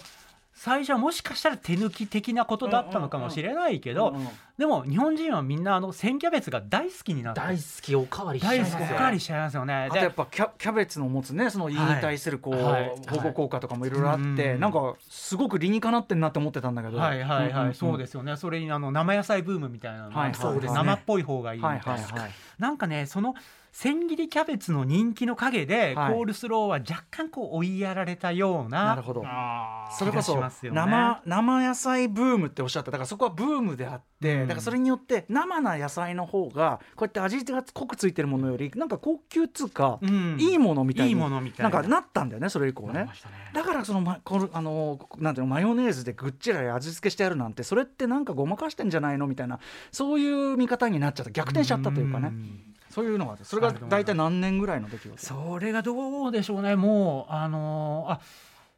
Speaker 1: 最初はもしかしたら手抜き的なことだったのかもしれないけど、
Speaker 4: うんうん
Speaker 1: でも日本人はみんなあの千キャベツが大好きになって
Speaker 5: 大好きおかわりしちゃい
Speaker 1: 大
Speaker 5: ま
Speaker 1: 好
Speaker 5: す
Speaker 1: き
Speaker 5: よ
Speaker 1: おかわりしちゃいますよね
Speaker 4: あと
Speaker 1: で
Speaker 4: やっぱキャキャベツの持つねその胃に対するこう、
Speaker 5: はい
Speaker 4: 保護効果とかもいろいろあって、
Speaker 1: うん
Speaker 4: なんかすごく理にかなってんなって思ってたんだけど
Speaker 1: はいはいはい、そうですすよねそれにあの生野菜ブームみたいなのも
Speaker 4: はい
Speaker 1: あって
Speaker 4: そうですね
Speaker 1: 生っぽい方がいいみた
Speaker 4: はいい
Speaker 1: な、
Speaker 4: はいはい
Speaker 1: なんかねその千切りキャベツの人気の陰で、
Speaker 4: はい
Speaker 1: コールスローは若干こう追いやられたような
Speaker 4: なるほど
Speaker 5: あー
Speaker 4: それこ
Speaker 1: 気
Speaker 4: そ
Speaker 1: がしますよね
Speaker 4: 生生野菜ブームっておっしゃっただからそこはブームであって、
Speaker 1: う
Speaker 4: だ
Speaker 1: ん
Speaker 4: からそれによって生な野菜の方がこうやって味が濃くついてるものよりなんか高級っつうか、
Speaker 1: うん
Speaker 4: いいものみたいに
Speaker 1: いいものみたいな
Speaker 4: なんかなったんだよねそれ以降
Speaker 5: なり
Speaker 4: ね
Speaker 5: ま。したね
Speaker 4: だからそのまこのあのなんていうのマヨネーズでぐっちら味付けしてあるなんてそれってなんかごまかしてんじゃないのみたいなそういう見方になっちゃった逆転しちゃったというかね
Speaker 1: ん
Speaker 4: そういうのがそれが大体何年ぐらいの出来事
Speaker 1: それがどうでしょうねもうあのーあ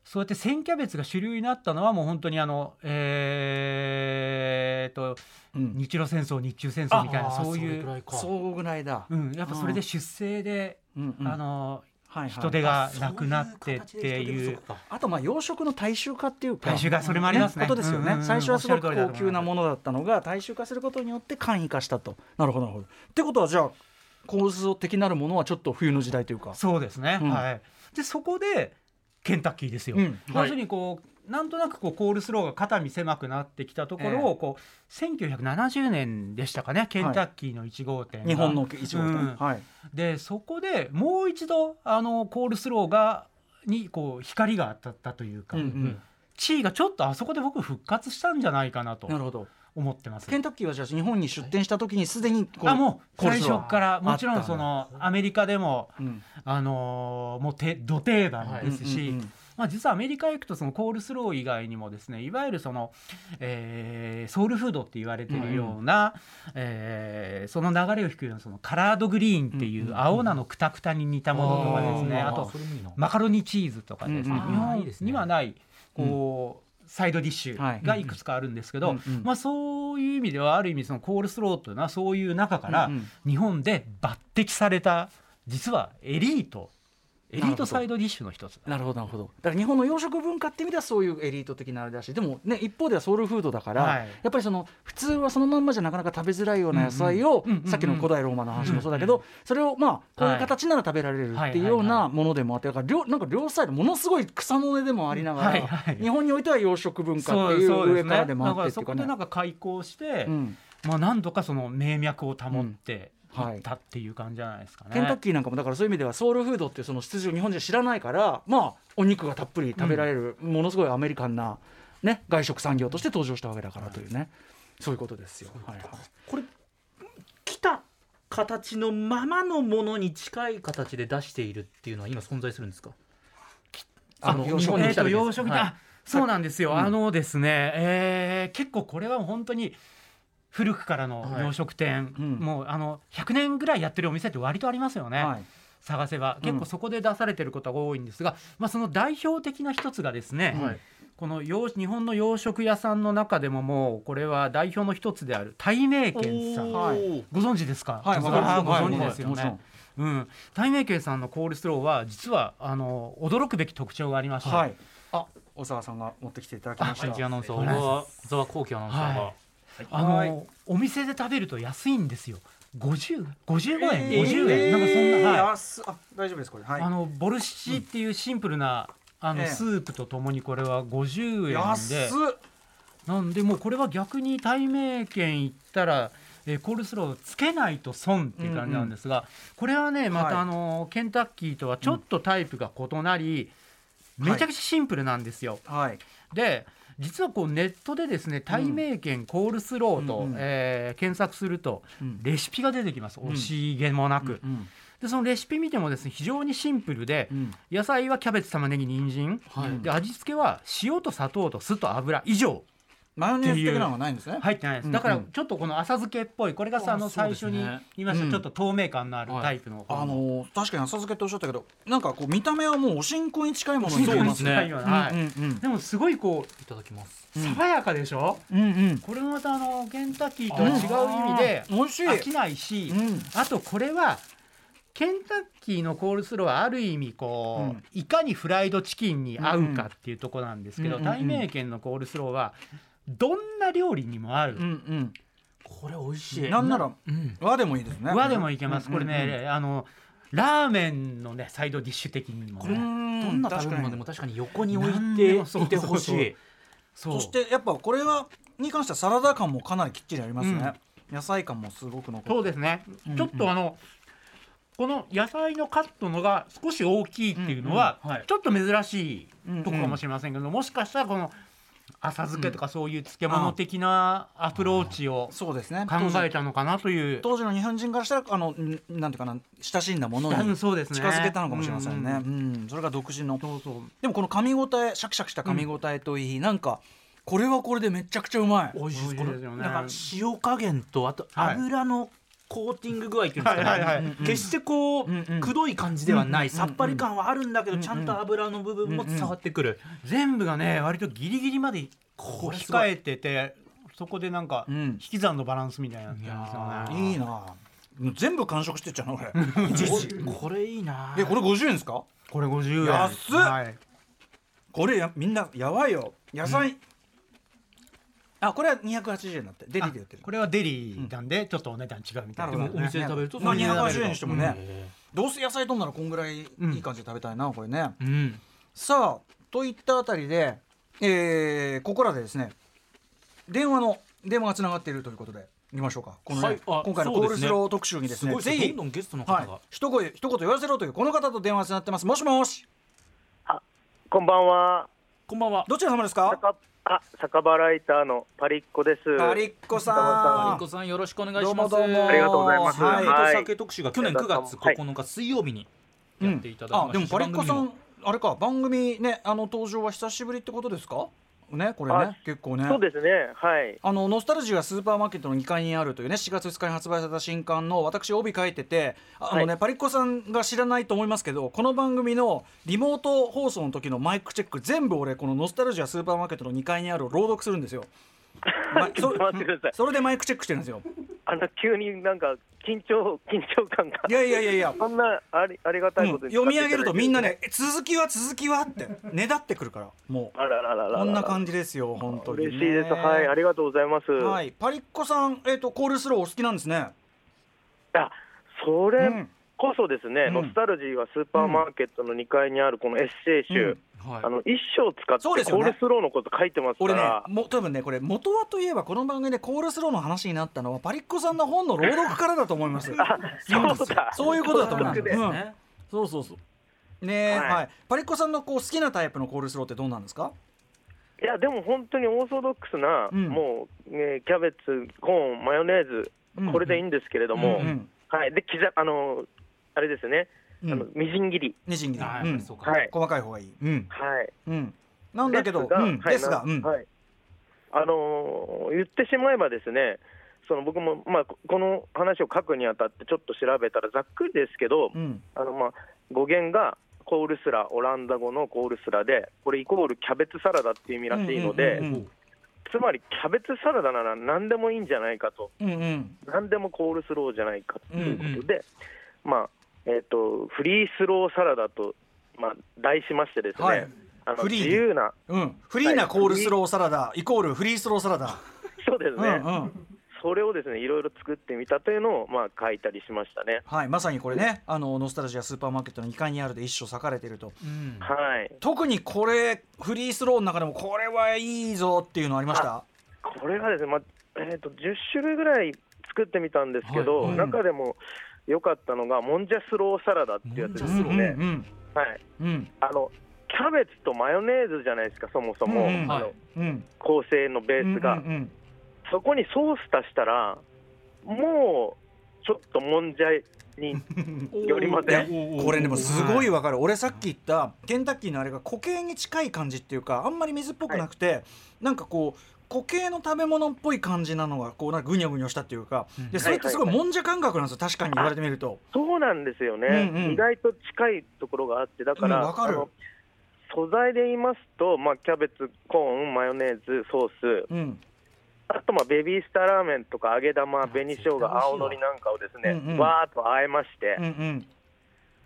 Speaker 1: そうやって千キャベツが主流になったのはもう本当にあのえー、と
Speaker 4: うん
Speaker 1: 日露戦争日中戦争みたいな
Speaker 5: あー
Speaker 1: そうい
Speaker 5: れ
Speaker 1: う
Speaker 5: ぐらいか
Speaker 4: そうぐらいだ、
Speaker 1: うん、やっぱそれで出生で、
Speaker 4: うんうん
Speaker 1: あのー
Speaker 4: はいはい
Speaker 1: 人手がなくなってっていう。
Speaker 4: あとまあ洋食の大衆化っていうか
Speaker 1: 大衆化それもありますね
Speaker 4: ことですよ
Speaker 1: うんう
Speaker 4: ね
Speaker 1: んうん
Speaker 4: 最初はすご
Speaker 1: おっ
Speaker 4: く
Speaker 1: しゃる通りだと
Speaker 4: 高級なものだったのが大衆化することによって簡易化したとなるほどなるほどってことはじゃあ構造的なるものはちょっと冬の時代というか
Speaker 1: そうですね、
Speaker 4: うん
Speaker 1: はいでそこでケンタッキーですよ、
Speaker 4: うん
Speaker 1: 要するにこうなんとなくこうコールスローが肩身狭くなってきたところをこう、1970年でしたかねケンタッキーの1号店が、
Speaker 4: 日本の一応、
Speaker 1: うん
Speaker 4: はい
Speaker 1: でそこでもう一度あのコールスローがにこう光が当たったというか、
Speaker 4: うんうん
Speaker 1: 地位がちょっとあそこで僕復活したんじゃないかなと
Speaker 4: なるほど
Speaker 1: 思ってます
Speaker 4: ケ。ンタッキーはじゃあ日本に出店した時にすでにこ
Speaker 1: あもう
Speaker 4: コール
Speaker 1: 最
Speaker 4: スロー
Speaker 1: 初からもちろ
Speaker 4: あっ
Speaker 1: ん
Speaker 4: た
Speaker 1: そのアメリカでも、
Speaker 4: うん
Speaker 1: あのーもうてど定番ですし、
Speaker 4: うんうんうん
Speaker 1: まあ、実はアメリカ行くとそのコールスロー以外にもですねいわゆるその、えーソウルフードって言われてるような、えーその流れを引くようなそのカラードグリーンっていう青菜のくたくたに似たものとかですね、あと
Speaker 5: それもいいな
Speaker 1: マカロニチーズとかですね、
Speaker 4: うん
Speaker 5: うん
Speaker 1: 日
Speaker 5: あーいい
Speaker 1: 本
Speaker 5: ですね
Speaker 1: にはないこう、サイドディッシ
Speaker 4: はい
Speaker 1: ュがいくつかあるんですけど、
Speaker 4: うんうん
Speaker 1: まあ、そういう意味ではある意味そのコールスローというのはそういう中から
Speaker 4: うんうん
Speaker 1: 日本で抜擢された実はエリートエリートサイドディッシュの一つ
Speaker 4: なるほどなるほどだから日本の洋食文化って意味ではそういうエリート的なあれだしでもね一方ではソウルフードだから、
Speaker 1: はい
Speaker 4: やっぱりその普通はそのまんまじゃなかなか食べづらいような野菜を、
Speaker 1: うんうんうんうん
Speaker 4: さっきの古代ローマの話もそうだけど、それをまあこういう形なら食べられる
Speaker 1: はい
Speaker 4: っていうようなものでもあってだから両なんか両サイドものすごい草の根でもありながら、
Speaker 1: はいはい
Speaker 4: 日本においては洋食文化
Speaker 1: そ
Speaker 4: って
Speaker 1: う
Speaker 4: い
Speaker 1: そう
Speaker 4: う上
Speaker 1: です
Speaker 4: から
Speaker 1: ね
Speaker 4: で
Speaker 1: だ
Speaker 4: もあってっ
Speaker 1: から
Speaker 4: てい
Speaker 1: そう
Speaker 4: か
Speaker 1: こ
Speaker 4: ね
Speaker 1: でなんか開口して、
Speaker 4: うん
Speaker 1: まあ、何度かその名脈を保ってい
Speaker 4: うんはい
Speaker 1: ったっていう感じじゃないですかね。
Speaker 4: ケンタッキーなんかもだからそういう意味ではソウルフードっていうその出自を日本人は知らないからまあお肉がたっぷり食べられる、ものすごいアメリカンな、ね、外食産業として登場したわけだからというね、そういうことですよ。はいはい
Speaker 5: これ来た形のままのものに近い形で出しているっていうのは今存在するんですか
Speaker 1: あ
Speaker 4: の
Speaker 1: の
Speaker 4: 洋食に
Speaker 1: え
Speaker 4: 来
Speaker 1: ー
Speaker 4: た
Speaker 1: と
Speaker 4: 時
Speaker 1: 洋食に
Speaker 5: はい
Speaker 1: あそうなんですよ、
Speaker 4: うん
Speaker 1: あのですね、えー結構これは本当に古くからの
Speaker 5: はい
Speaker 1: 洋食店、
Speaker 4: うん
Speaker 1: もうあの100年ぐらいやってるお店って割とありますよね、
Speaker 4: はい
Speaker 1: 探せば結構そこで出されてることが多いんですが、まあ、その代表的な一つがですね、
Speaker 5: はい
Speaker 1: この洋日本の洋食屋さんの中でももうこれは代表の一つである大名軒さん
Speaker 5: おー
Speaker 1: ご存知ですか、
Speaker 4: はい
Speaker 1: ご
Speaker 4: わかります
Speaker 1: 存知
Speaker 4: はい
Speaker 1: ですよ
Speaker 4: もちろん
Speaker 1: ね。うん、大名軒さんのコールスローは実はあの驚くべき特徴がありまして、
Speaker 4: はい、あ小沢さんが持ってきていただきました。
Speaker 5: はい、アナウンサー小
Speaker 1: はい
Speaker 5: 沢小沢光輝アナウンサーが、
Speaker 1: はいあの、
Speaker 4: はい
Speaker 1: お店で食べると安いんですよ。50 55円、
Speaker 4: えー
Speaker 1: 50円、なんかそんな、はい
Speaker 4: あすあ大丈夫ですこれ。はい
Speaker 1: あのボルシチっていうシンプルな、あの
Speaker 4: ええ
Speaker 1: スープとともにこれは50円
Speaker 4: 安っ
Speaker 1: で、なんでもうこれは逆に対名圏行ったら、えーコールスローつけないと損っていう感じなんですが、これはねま
Speaker 4: はい
Speaker 1: たあの、ケンタッキーとはちょっとタイプが異なり、
Speaker 4: はい
Speaker 1: めちゃくちゃシンプルなんですよ。
Speaker 4: はい
Speaker 1: で実はこうネットでですね「対名圏コールスローと」
Speaker 4: うんうん
Speaker 1: えー検索すると
Speaker 4: うん
Speaker 1: レシピが出てきます
Speaker 4: ん
Speaker 1: 惜しげもなく、
Speaker 4: うん
Speaker 1: でそのレシピ見てもですね非常にシンプルで、
Speaker 4: うん
Speaker 1: 野菜はキャベツ玉ねぎ人参、
Speaker 4: はい
Speaker 1: で味付けは塩と砂糖と酢と油以上
Speaker 4: マヨネーズ的なのはないんですね。
Speaker 1: 入ってないです、
Speaker 4: うん
Speaker 1: だからちょっとこの浅漬けっぽいこれがさあの最初に言いました、
Speaker 4: うん
Speaker 1: ちょっと透明感のあるタイプの、
Speaker 4: あのー確かに浅漬けっておっしゃったけどなんかこう見た目はもうお新香に近いものに
Speaker 1: シンプ
Speaker 4: な
Speaker 1: ル
Speaker 4: り
Speaker 1: に
Speaker 4: ますね。
Speaker 1: 近いようなはい
Speaker 4: うんうん
Speaker 1: でもすごいこ
Speaker 5: いただきます
Speaker 1: う爽やかでしょ、
Speaker 4: うんうん
Speaker 1: これもまたあのケンタッキーとは違う意味で
Speaker 4: 美味しい。
Speaker 1: 飽きないし、
Speaker 4: うん
Speaker 1: あとこれはケンタッキーのコールスローはある意味こ
Speaker 4: う
Speaker 1: う、
Speaker 4: ん
Speaker 1: いかにフライドチキンに合うかっていうところなんですけ
Speaker 4: う
Speaker 1: ど、
Speaker 4: んうん
Speaker 1: 大名犬のコールスローはどんな料理にも合う、
Speaker 4: うん
Speaker 5: これ美味し
Speaker 4: う
Speaker 5: い
Speaker 4: ん。なんなら
Speaker 5: うん
Speaker 4: 和でもいいですね。
Speaker 1: 和でもいけます、これ
Speaker 4: うんうん
Speaker 1: ね、あのラーメンのねサイドディッシュ的にも
Speaker 4: う
Speaker 1: ね
Speaker 4: ん。
Speaker 5: どんな食べ物で
Speaker 4: も。
Speaker 5: も確かに横に置
Speaker 1: なん
Speaker 5: い
Speaker 1: で
Speaker 5: て
Speaker 1: もそう
Speaker 5: いてほしい
Speaker 1: そ
Speaker 4: そ
Speaker 1: う
Speaker 4: してやっぱこれはに関してはサラダ感もかなりきっちりありますね。野菜感もすごく残って。
Speaker 1: そうですね、
Speaker 4: うん
Speaker 1: ちょっとあのこの野菜のカットのが少し大きいっていうのは、
Speaker 5: うんうんはい
Speaker 1: ちょっと珍し
Speaker 4: うんうん
Speaker 1: いとこかもしれませんけど、もしかしたらこの浅漬けとかそういう漬物的なアプローチを
Speaker 4: そうですね。
Speaker 1: 考えたのかなという。
Speaker 4: 当時の日本人からしたらあのんなんていうかな親しんだもの
Speaker 1: う
Speaker 4: に
Speaker 1: んそうですね
Speaker 4: 近づけたのかもしれませんね。
Speaker 1: う
Speaker 4: うんん。それが独自の。
Speaker 1: そうそう
Speaker 4: でもこの噛み応えシャキシャキした噛み応えといい、なんかこれはこれでめちゃくちゃうまい。
Speaker 5: 美味しいです
Speaker 1: 美味しいですよね
Speaker 5: このなんか塩加減とあと
Speaker 1: はい
Speaker 5: 油のコーティング具合っていうんですかね、
Speaker 1: はいはいはい
Speaker 5: うんうん決してこう、
Speaker 4: うんうん
Speaker 5: くどい感じではない、
Speaker 4: うんうん
Speaker 5: さっぱり感はあるんだけど、
Speaker 4: うんうん
Speaker 5: ちゃんと油の部分も伝わってくる、
Speaker 1: 全部がね割とギリギリまでこ
Speaker 5: こ
Speaker 1: う
Speaker 5: れすごい
Speaker 1: 控えててそこでなんか
Speaker 4: うん
Speaker 1: 引き算のバランスみたいなのやってるんですよね
Speaker 4: いいな。全部完食してっちゃうな俺。
Speaker 5: ここれいいな
Speaker 4: えこれ50円ですか？
Speaker 1: これ50円
Speaker 4: 安っ
Speaker 1: はい
Speaker 4: これやみんなやばいよ野菜、あこれは280円だってデリで売ってる
Speaker 1: これはデリーなんでちょっとお値段違うみたいな
Speaker 5: でもお店で食べると
Speaker 4: まあ、
Speaker 5: それで食べる
Speaker 4: 280
Speaker 5: と
Speaker 4: 円にしてもね、どうせ野菜とんならこんぐらいいい感じで食べたいな、これね
Speaker 5: うん
Speaker 4: さあといったあたりで、えーここらでですね電話の電話がつながっているということでいきましょうかこの、ね
Speaker 5: はいあ
Speaker 4: 今回の
Speaker 5: そ
Speaker 4: コー
Speaker 5: うですね
Speaker 4: ルスロー特集にです
Speaker 5: す
Speaker 4: ね
Speaker 5: ごいです
Speaker 4: ぜひ
Speaker 5: ねどんどんゲストの方が、
Speaker 4: はい、一言一言言わせろというこの方と電話がつながってますもしもし
Speaker 7: こんばんは。
Speaker 5: こんばんは
Speaker 4: どちら様ですか
Speaker 7: 酒あ、酒場ライターのパリッコです。
Speaker 4: パリッコさん
Speaker 5: マ
Speaker 7: パ
Speaker 5: リコさんよろしくお願いします
Speaker 4: どうもどうもありがとうございます
Speaker 5: はい、
Speaker 7: はい
Speaker 5: お酒特集が去年9月9日水曜日にやっていただきました、
Speaker 4: あでもパリッコさん、
Speaker 5: 番組も
Speaker 4: ああれか番組ねあの登場は久しぶりってことですかねこれ
Speaker 7: あ
Speaker 4: ね結構ね
Speaker 7: そうですね。はい。
Speaker 4: あのノスタルジーはスーパーマーケットの2階にあるというね4月2日に発売された新刊の私帯書いててああのね、
Speaker 7: はい
Speaker 4: パリッコさんが知らないと思いますけどこの番組のリモート放送の時のマイクチェック全部俺このノスタルジーはスーパーマーケットの2階にあるを朗読するんです よ。ま
Speaker 7: ちょっと待ってください
Speaker 4: そそれでマイクチェックしてるんです よ。
Speaker 7: あの急になんか緊張 緊張感が
Speaker 4: い。やいやいやいや。
Speaker 7: そんなありありがたいこと
Speaker 4: うん
Speaker 7: に、
Speaker 4: 読み上げるとみんな。ねえ続きは続きはってねだってくるからもう
Speaker 7: あららららら。
Speaker 4: こんな感じですよ本当に、ね、
Speaker 7: 嬉しいです。はい、ありがとうございます。。
Speaker 4: はいいパリッコさんえっ、とコールスローお好きなんですね
Speaker 7: あ、それ
Speaker 4: うん
Speaker 7: こそですね、
Speaker 4: うん
Speaker 7: ノスタルジーはスーパーマーケットの2階にあるこのエッセイ集、
Speaker 5: はい
Speaker 7: あの一章使って
Speaker 4: そうですよ
Speaker 7: コ
Speaker 4: ね
Speaker 7: ールスローのこと書いてますか
Speaker 4: 俺ね
Speaker 7: ら、
Speaker 4: も多分ねこれ元はといえばこの番組でコールスローの話になったのはパリッコさんの本の朗読からだと思います
Speaker 7: そうだ
Speaker 4: そういうことだと思います
Speaker 7: 朗読で
Speaker 4: うんそうそうそうねえ、は
Speaker 7: はいい
Speaker 4: パリッコさんのこう好きなタイプのコールスローってどうなんですか
Speaker 7: いやでも本当にオーソドックスな、
Speaker 4: うん
Speaker 7: もう、ね、キャベツコーンマヨネーズ
Speaker 4: うん
Speaker 7: これでいいんですけれども、
Speaker 4: うんうん
Speaker 7: はいで刻あのあれですね、
Speaker 4: うん
Speaker 7: あのみじん切り
Speaker 4: ねじんぎり、
Speaker 5: あ
Speaker 4: う
Speaker 5: ーやっぱ
Speaker 4: ん
Speaker 5: りそうか
Speaker 7: はい
Speaker 4: 細かい方がいい、うん
Speaker 7: はい
Speaker 4: うん、なんだけど
Speaker 7: ですが,、
Speaker 4: うん
Speaker 7: はい
Speaker 4: ですが、
Speaker 7: な
Speaker 4: うん
Speaker 7: はいあのー言ってしまえばですねその僕も、まあ、ここの話を書くにあたってちょっと調べたらざっくりですけど、
Speaker 4: うん
Speaker 7: あのまあ語源がコールスラオランダ語のコールスラでこれイコールキャベツサラダっていう意味らしいので、
Speaker 4: うんうん
Speaker 7: つまりキャベツサラダなら何でもいいんじゃないかと
Speaker 4: うんうん
Speaker 7: 何でもコールスローじゃないかということで、まあえっとフリースローサラダと、まあ、題しましてですね、
Speaker 4: はい
Speaker 7: あの
Speaker 4: フリー
Speaker 7: 自由な
Speaker 4: うん、フリーなコールスローサラダイコールフリースローサラダ、
Speaker 7: そうです
Speaker 4: うん
Speaker 7: ね、
Speaker 4: うん
Speaker 7: それをですねいろいろ作ってみたというのを、まあ、書いたりしましたね。
Speaker 4: はい、まさにこれねあのノスタルジアスーパーマーケットの2階にあるで一生裂かれてると
Speaker 5: うん
Speaker 7: はい、
Speaker 4: 特にこれフリースローの中でもこれはいいぞっていうのありました
Speaker 7: これがですね、まあえっと10種類ぐらい作ってみたんですけど、
Speaker 4: はい
Speaker 7: 中でも良かったのがもんじゃスローサラダっていうやつです
Speaker 4: うん、
Speaker 7: ね
Speaker 4: うんうん
Speaker 7: はい、
Speaker 4: うん
Speaker 7: あのキャベツとマヨネーズじゃないですかそもそも、
Speaker 4: うんうん
Speaker 7: あ
Speaker 5: は
Speaker 7: の
Speaker 5: い
Speaker 4: うん
Speaker 7: 構成のベースが。
Speaker 4: うんうん
Speaker 7: そこにソース足したら、もうちょっともんじゃによりません。
Speaker 4: うんこれでもすごいわかる俺さっき言ったケンタッキーのあれが固形に近い感じっていうかあんまり水っぽくなくてなんかこう固形の食べ物っぽい感じなのがこうなんかぐにょぐにょしたっていうかでそれってすごいもんじゃ感覚なんですよ確かに言われてみると
Speaker 7: そうなんですよね、
Speaker 4: うんうん
Speaker 7: 意外と近いところがあって、だか
Speaker 4: うん
Speaker 7: ら、
Speaker 4: わかる
Speaker 7: あの素材で言いますと、まあ、キャベツ、コーン、マヨネーズ、ソース、
Speaker 4: うん
Speaker 7: あと、まあ、ベビースターラーメンとか揚げ玉、
Speaker 5: ん
Speaker 7: 紅生姜、青のりなんかをですね、
Speaker 4: うんうん
Speaker 7: わーっと和えまして、
Speaker 4: うんうん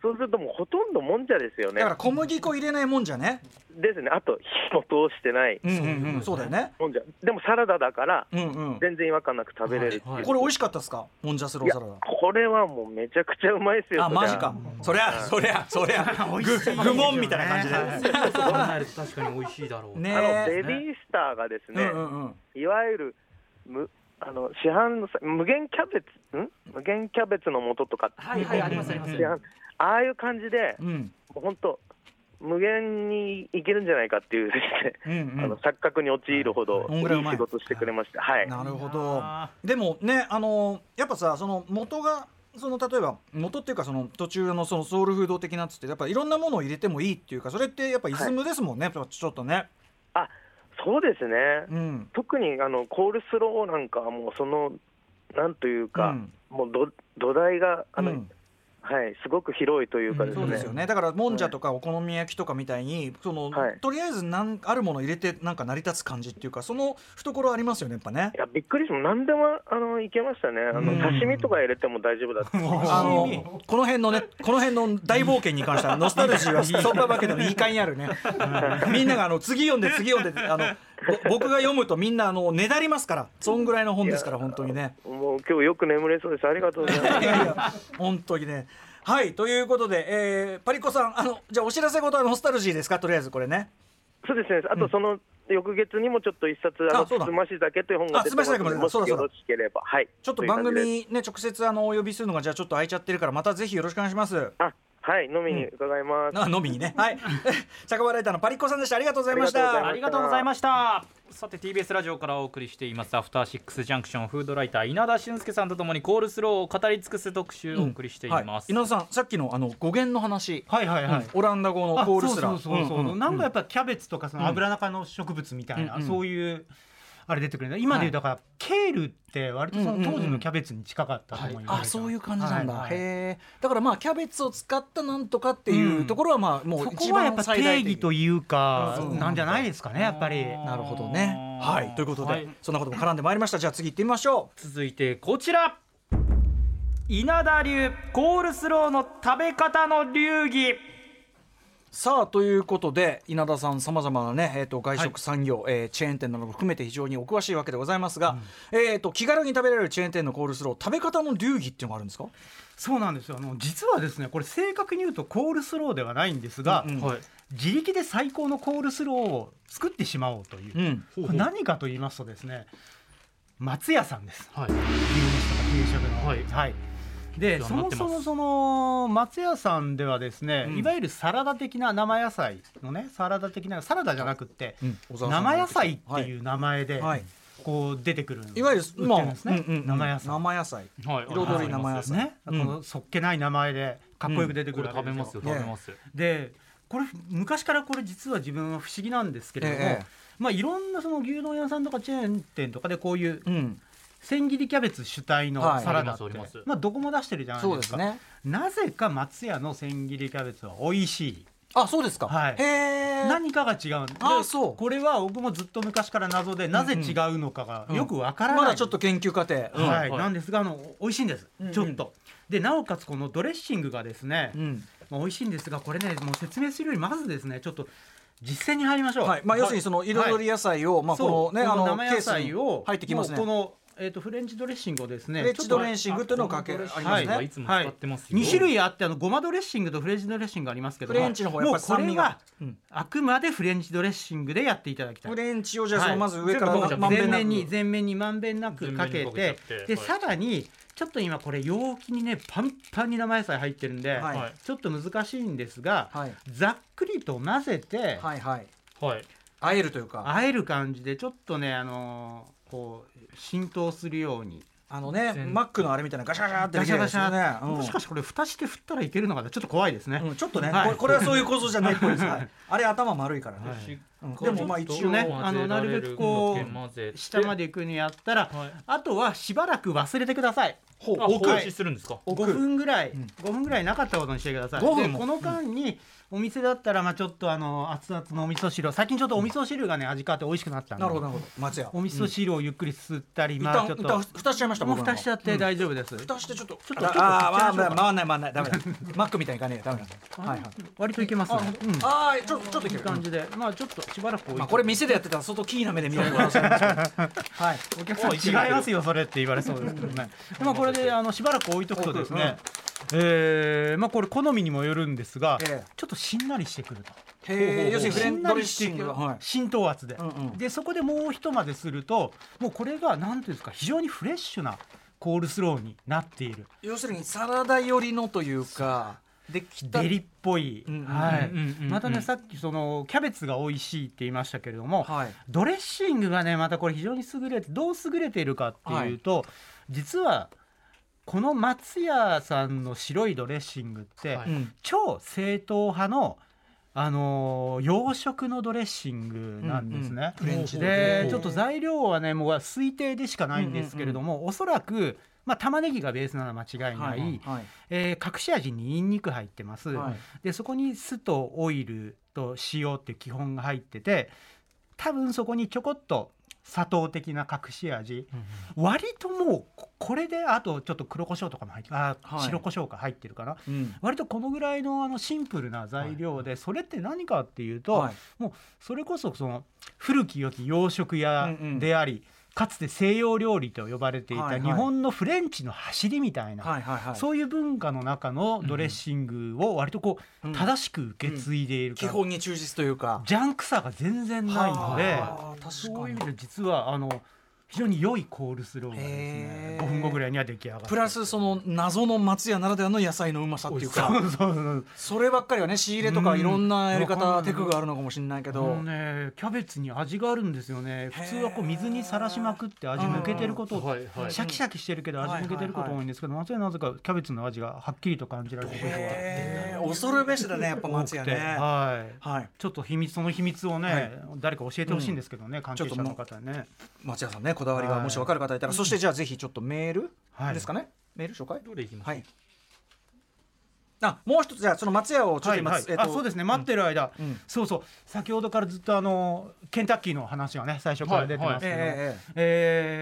Speaker 7: そうするともうほとんどもんじゃですよね
Speaker 4: だか。ら小麦粉入れないもんじゃね
Speaker 7: ですね、あと火も通してない
Speaker 4: うんうんうんそ
Speaker 5: そう
Speaker 4: だ
Speaker 5: うだ
Speaker 4: よ
Speaker 5: よ
Speaker 4: ね
Speaker 7: もんじゃ、でもサラダだから、
Speaker 4: うんうん
Speaker 7: 全然違和感なく食べれるっていう。
Speaker 5: はい
Speaker 4: これ美味しかったですかもんじゃスローサラダ
Speaker 7: これはもうめちゃくちゃうまいですよ。
Speaker 4: あ
Speaker 7: そりゃ
Speaker 4: マジか。そりゃそりゃそり ゃぐ愚問みたいな感じで
Speaker 5: で確かに美味しいだろう
Speaker 4: ね
Speaker 7: あの
Speaker 4: え
Speaker 7: ベビースターがですね、
Speaker 4: うんうんうん
Speaker 7: いわゆるむあの市販のさ無限キャベツん無限キャベツの素とか
Speaker 5: はいはいありますあります
Speaker 7: 市販ああいう感じで
Speaker 4: うん
Speaker 7: 本当無限にいけるんじゃないかっていう です
Speaker 4: うん
Speaker 7: ね、
Speaker 4: う
Speaker 7: あ
Speaker 4: ん
Speaker 7: の錯覚に陥るほど
Speaker 4: そ
Speaker 7: い
Speaker 4: んぐらいう
Speaker 7: い
Speaker 4: まい
Speaker 7: 仕事してくれました。はい。
Speaker 4: なるほどでもねあのやっぱさその元がその例えば元っていうかその途中のそのソウルフード的なっつってやっぱいろんなものを入れてもいいっていうかそれってやっぱイズムですもんね、やっぱちょっとね
Speaker 7: そうですね。
Speaker 4: うん
Speaker 7: 特にあのコールスローなんかはもうそのなんという
Speaker 4: う
Speaker 7: か、
Speaker 4: ん
Speaker 7: もうど土台があ
Speaker 4: う
Speaker 7: の、
Speaker 4: ん
Speaker 7: はいすごく広いというかです
Speaker 4: そ
Speaker 7: ね。
Speaker 4: うですよねだからもんじゃとかお好み焼きとかみたいにその、
Speaker 7: はい
Speaker 4: とりあえずなんあるもの入れてなんか成り立つ感じっていうかその懐ありますよねやっぱね
Speaker 7: いやびっくりしました、何でもあのいけましたね、あの
Speaker 4: うん
Speaker 7: 刺身とか入れても大丈夫だった、
Speaker 4: あのこの辺のねこの辺の大冒険に関して はノスタルジーはストッパーバケットの2階にあるね、うんみんながあの次読んで次読んであのぼ僕が読むとみんなあのねだりますからそんぐらいの本ですから本当にね
Speaker 7: もう今日よく眠れそうです、ありがとうござい ます。
Speaker 4: いやいや本当にねはいということで、えーパリコさんあのじゃあお知らせ事はノスタルジーですかとりあえずこれね
Speaker 7: そうですね、あとその翌月にもちょっと一冊、あ
Speaker 4: あそうだ
Speaker 7: のつまし酒という本が出てま
Speaker 4: あ
Speaker 7: す
Speaker 4: つまし酒も出て
Speaker 7: も
Speaker 4: ますそうだそ
Speaker 7: しよ
Speaker 4: うだ
Speaker 7: ろしければ、はい、
Speaker 4: ちょっと
Speaker 7: という
Speaker 4: 番
Speaker 7: 感じです
Speaker 4: 組ね直接あのお呼びするのがじゃあちょっと空いちゃってるからまたぜひよろしくお願いします
Speaker 7: あはい、飲みに伺います。
Speaker 4: あ飲みにねはい 酒場ライターのパリッコさんでしたありがとうございまし
Speaker 7: ありがとうございま
Speaker 4: た
Speaker 7: す
Speaker 5: ありがとうございましたさて TBS ラジオからお送りしています「アフターシックスジャンクション」フードライター稲田俊介さんとともにコールスローを語り尽くす特集をお送りしています、
Speaker 4: はい、稲田さんさっきのあの語源の話、
Speaker 1: はいはいはい、
Speaker 4: オランダ語の
Speaker 1: あ
Speaker 4: コールスラー
Speaker 1: そうそうそうそう、
Speaker 4: うんうんうん
Speaker 1: なんかやっぱキャベツとかその油中の植物みたいな、
Speaker 4: うんうん
Speaker 1: そういうあれ出てくるんだ今でいうだから、ケールって割とその当時のキャベツに近かったと思います、
Speaker 4: あそういう感じなんだ、
Speaker 1: はいはい
Speaker 4: へえだからまあキャベツを使ったなんとかっていうところはまあもう
Speaker 1: そ
Speaker 4: 一
Speaker 1: こはやっ
Speaker 4: 番
Speaker 1: ぱ
Speaker 4: 最大
Speaker 1: 定
Speaker 4: 的
Speaker 1: 義というか
Speaker 4: うん
Speaker 1: なんじゃないですかねやっぱり。
Speaker 4: なるほどねはいということで、
Speaker 5: はい
Speaker 4: そんなことも絡んでまいりましたじゃあ次行ってみましょ
Speaker 5: 続いてこちら稲田流コールスローの食べ方の流儀
Speaker 4: うさあということで稲田さんさまざまなね、えー、と外食産業、えーチェーン店なども含めて非常にお詳しいわけでございますが、えー、と気軽に食べられるチェーン店のコールスロー食べ方の流儀っていうのがあるんですか
Speaker 1: そうなんですよあの実はですねこれ正確に言うとコールスローではないんですが、
Speaker 4: うん
Speaker 5: はい
Speaker 1: 自力で最高のコールスローを作ってしまおうという、
Speaker 4: うん
Speaker 1: これ何かと言いますとですね松屋さんです
Speaker 5: はい
Speaker 1: 牛飯とか定食の
Speaker 5: はい
Speaker 1: で
Speaker 5: お世
Speaker 1: そ
Speaker 5: 話になっ
Speaker 1: も
Speaker 5: て
Speaker 1: そ
Speaker 5: ます
Speaker 1: もその松屋さんではですね、
Speaker 4: うん
Speaker 1: いわゆるサラダ的な生野菜のねサラダ的なサラダじゃなくって、
Speaker 4: うん小沢さん
Speaker 1: 生野菜って
Speaker 4: はい
Speaker 1: いう名前で、
Speaker 4: はい
Speaker 1: こう出てくる
Speaker 4: いわゆる
Speaker 1: 売ってるんですね、
Speaker 4: うんうんうん
Speaker 1: 生野菜
Speaker 4: 生野菜
Speaker 5: はい
Speaker 4: 彩り名前です
Speaker 1: ね、
Speaker 4: うん
Speaker 1: このそっけない名前でかっこよく出て
Speaker 5: こ
Speaker 1: く
Speaker 5: れ
Speaker 1: るわけ
Speaker 5: 食べ
Speaker 1: ですよ、
Speaker 5: ますよ食べますよ
Speaker 1: でこれ昔からこれ実は自分は不思議なんですけれども、
Speaker 4: ええ
Speaker 1: まあ、いろんなその牛丼屋さんとかチェーン店とかでこういう
Speaker 4: うん
Speaker 1: 千切りキャベツ主体の
Speaker 4: はい
Speaker 1: サラダって、
Speaker 5: あり
Speaker 1: ま
Speaker 5: ますあります
Speaker 1: あ、どこも出してるじゃな
Speaker 4: そ
Speaker 1: いうで
Speaker 4: ですす
Speaker 1: か
Speaker 4: ね
Speaker 1: なぜか松屋の千切りキャベツは美味しい
Speaker 4: あそうですか、
Speaker 1: はい
Speaker 4: へえ
Speaker 1: 何かが違うんで
Speaker 4: あーそう
Speaker 1: これは僕もずっと昔から謎でなぜ違うのかがよくわからない、
Speaker 4: まだちょっと研究過程、うん
Speaker 1: はい、
Speaker 5: はい
Speaker 1: なんですがあの美味しいんです、
Speaker 4: ん
Speaker 1: ちょっとでなおかつこのドレッシングがですね、
Speaker 4: うん
Speaker 1: まあ、美味しいんですがこれねもう説明するよりまずですねちょっと実践に入りましょう、
Speaker 4: はいまあ、要するにその彩り野菜を、まあ、
Speaker 1: そ
Speaker 4: こ
Speaker 1: う
Speaker 4: のねあ
Speaker 1: この
Speaker 4: の
Speaker 1: 生野菜
Speaker 4: ケース
Speaker 1: を
Speaker 4: に入ってきますね
Speaker 1: もうこのえーとフレンチドレッシングをですね
Speaker 4: フレンチドレッシングというのをかけ
Speaker 5: あ
Speaker 4: ありますね、
Speaker 5: はいはいいつも使ってますよ
Speaker 1: 2種類あってあのごまドレッシングとフレンチドレッシングがありますけど
Speaker 4: フレンチの方はやっ
Speaker 1: も
Speaker 4: ぱ
Speaker 1: う
Speaker 4: り酸味
Speaker 1: これ
Speaker 4: が
Speaker 1: は、あくまでフレンチドレッシングでやっていただきたい
Speaker 4: フレンチをじゃあそのまず上から
Speaker 5: はい
Speaker 4: まんべん
Speaker 1: 全
Speaker 4: なく
Speaker 1: 面に全面にまんべんなくかけ
Speaker 5: 全面にかけ
Speaker 1: て
Speaker 5: ちゃって
Speaker 1: で
Speaker 5: はい
Speaker 1: さらにちょっと今これ容器にねパンパンに生野菜入ってるんで、
Speaker 4: はい
Speaker 5: はい
Speaker 1: ちょっと難しいんですが、
Speaker 4: はい
Speaker 1: ざっくりと混ぜて、
Speaker 4: はいはい
Speaker 5: はい
Speaker 4: あえるというか
Speaker 1: 和える感じでちょっとねあのーこう浸透するように
Speaker 4: あのね
Speaker 5: 全
Speaker 4: マックのあれみたいなガシャガシャって
Speaker 1: ガシャガシャ、
Speaker 4: できるやつね、うん
Speaker 1: もしかしてこれ蓋して振ったらいけるのかなちょっと怖いですね、
Speaker 4: うんちょっとね、
Speaker 1: はい
Speaker 4: これこれはそういう構造じゃないっぽいです、はい、あれ頭丸いからね、うんでもまあ一応
Speaker 1: ねあのなるべくこう下ま
Speaker 5: で
Speaker 1: で行くにやったら、
Speaker 5: はい
Speaker 1: あとはしばらく忘れてください
Speaker 4: ほう
Speaker 5: あ
Speaker 4: 奥
Speaker 5: 放
Speaker 1: はい
Speaker 5: 置するんですか
Speaker 4: 奥
Speaker 1: 5分ぐらい、5分ぐらいなかったことにしてください
Speaker 4: 5分
Speaker 1: で
Speaker 4: も
Speaker 1: この間にお店だったらまあちょっとあの熱々のお味噌汁を最近ちょっとお味噌汁がね味変わって美味しくなったんで
Speaker 4: なるほどなるほど松屋
Speaker 1: お味噌汁をゆっくり吸ったり、
Speaker 4: 一
Speaker 1: まあ
Speaker 4: 旦
Speaker 1: ちょっ
Speaker 4: 一
Speaker 1: と
Speaker 4: 旦蓋しちゃいました
Speaker 1: もう
Speaker 4: 僕らの
Speaker 1: 蓋しちゃって大丈夫です、
Speaker 4: 蓋してちょっとちょっ
Speaker 1: とちょっと
Speaker 4: ああ
Speaker 1: ちょっと
Speaker 4: まあまあ回んない回んないダメだマックみたいにいかねえダメだはいはい
Speaker 1: 割といけますねうん
Speaker 4: ああちょっとちょっとい
Speaker 1: い
Speaker 4: け
Speaker 1: い
Speaker 4: る
Speaker 1: 感じで、まあちょっとしばらく置いて、
Speaker 4: まあ、これ店でやってたら相当キーな目で見られる可能性ありますけどはい
Speaker 1: お客さん違いますよそれって言われそうですけどね。でまあこれであのしばらく置いとくとですね、えーまあこれ好みにもよるんですが
Speaker 4: ええ、
Speaker 1: ちょっとしんなりしてくると。
Speaker 4: へえ要するにフレ
Speaker 1: し
Speaker 4: ン
Speaker 1: ん
Speaker 4: チ
Speaker 1: な
Speaker 4: ドレッ
Speaker 1: りして
Speaker 4: シン
Speaker 1: く
Speaker 4: グ
Speaker 1: る
Speaker 4: が、はい、
Speaker 1: 浸透圧で
Speaker 4: うんうん
Speaker 1: でそこでもう一までするともうこれがなんていうんですか非常にフレッシュなコールスローになっている
Speaker 4: 要するにサラダ寄りのというかできた
Speaker 1: デリっぽい、
Speaker 4: うんうん
Speaker 1: はい
Speaker 5: うんうんうん
Speaker 1: またねさっきそのキャベツが美味しいって言いましたけれども、
Speaker 4: はい
Speaker 1: ドレッシングがねまたこれ非常に優れてどう優れているかっていうと、実はこの松屋さんの白いドレッシングって、
Speaker 5: は
Speaker 4: う
Speaker 5: い
Speaker 4: ん
Speaker 1: 超正統派の、あのー洋食のドレッシングなんですね。
Speaker 4: フレンチ
Speaker 1: でちょっと材料はねもう推定でしかないんですけれども、おそらく、まあ、玉ねぎがベースなのは間違いない、
Speaker 4: はい
Speaker 1: えー隠し味にニンニク入ってます、
Speaker 4: はい
Speaker 1: でそこに酢とオイルと塩っていう基本が入ってて多分そこにちょこっと砂糖的な隠し味、割ともうここれであとちょっと黒胡椒とかも入ってあー、
Speaker 4: はい
Speaker 1: 白胡椒が入ってるかな
Speaker 4: うん
Speaker 1: 割とこのぐらいのあのシンプルな材料で、それって何かっていうと、
Speaker 4: はい
Speaker 1: もうそれこそその古き良き洋食屋
Speaker 4: うんうん
Speaker 1: であり、かつて西洋料理と呼ばれてい
Speaker 4: はいは
Speaker 1: た
Speaker 4: い
Speaker 1: 日本のフレンチの走りみたいな、
Speaker 4: はいはいはい
Speaker 1: そういう文化の中のドレッシングを割とこ
Speaker 4: う
Speaker 1: う、
Speaker 4: ん
Speaker 1: 正しく受け継いでいるか
Speaker 4: 基
Speaker 1: ら、
Speaker 4: 本に忠実というか
Speaker 1: ジャンクさが全然ないので、
Speaker 4: はあ確
Speaker 1: そう
Speaker 4: か
Speaker 1: いう意
Speaker 4: に
Speaker 1: 味で実はあの非常に良いコールスローがです
Speaker 4: へ
Speaker 1: ね
Speaker 4: ー
Speaker 1: 5分後ぐらいには出来上がって
Speaker 4: プラスその謎の松屋ならではの野菜のうまさっていう
Speaker 1: そ
Speaker 4: か
Speaker 1: うそうそう
Speaker 4: そればっかりはね仕入れとかいろんなやり
Speaker 1: うんわ
Speaker 4: 方
Speaker 1: かんな
Speaker 4: テ
Speaker 1: い
Speaker 4: クがあるのかもしれないけ
Speaker 1: あ
Speaker 4: ど
Speaker 1: のねキャベツに味があるんですよね普通はこう水にさらしまくって味抜けてることを
Speaker 5: いは
Speaker 1: シャキシャキしてるけど味抜けてることが多いんですけど松屋なぜかキャベツの味がはっきりと感じられてることが
Speaker 4: へー恐るべしだねやっぱ
Speaker 1: 多
Speaker 4: 松
Speaker 1: く
Speaker 4: 屋
Speaker 1: て、
Speaker 4: ね
Speaker 1: はい
Speaker 4: はい
Speaker 1: ちょっと秘密その秘密をね、誰か教えてほしいんですけどね、関係者の方ね
Speaker 4: 松屋さんねこだわりがもし分かる方いたらそしてじゃあぜひちょっとメールですかねメール紹介
Speaker 5: どれいきます
Speaker 4: はいあもう一つじゃあその松屋をちょっ
Speaker 1: は
Speaker 4: と
Speaker 1: い
Speaker 4: 今
Speaker 1: はい、
Speaker 4: えっと
Speaker 1: あそうですね待ってる間、
Speaker 4: うん
Speaker 1: そうそう先ほどからずっとあのケンタッキーの話がね最初から出てますけど、
Speaker 4: えええ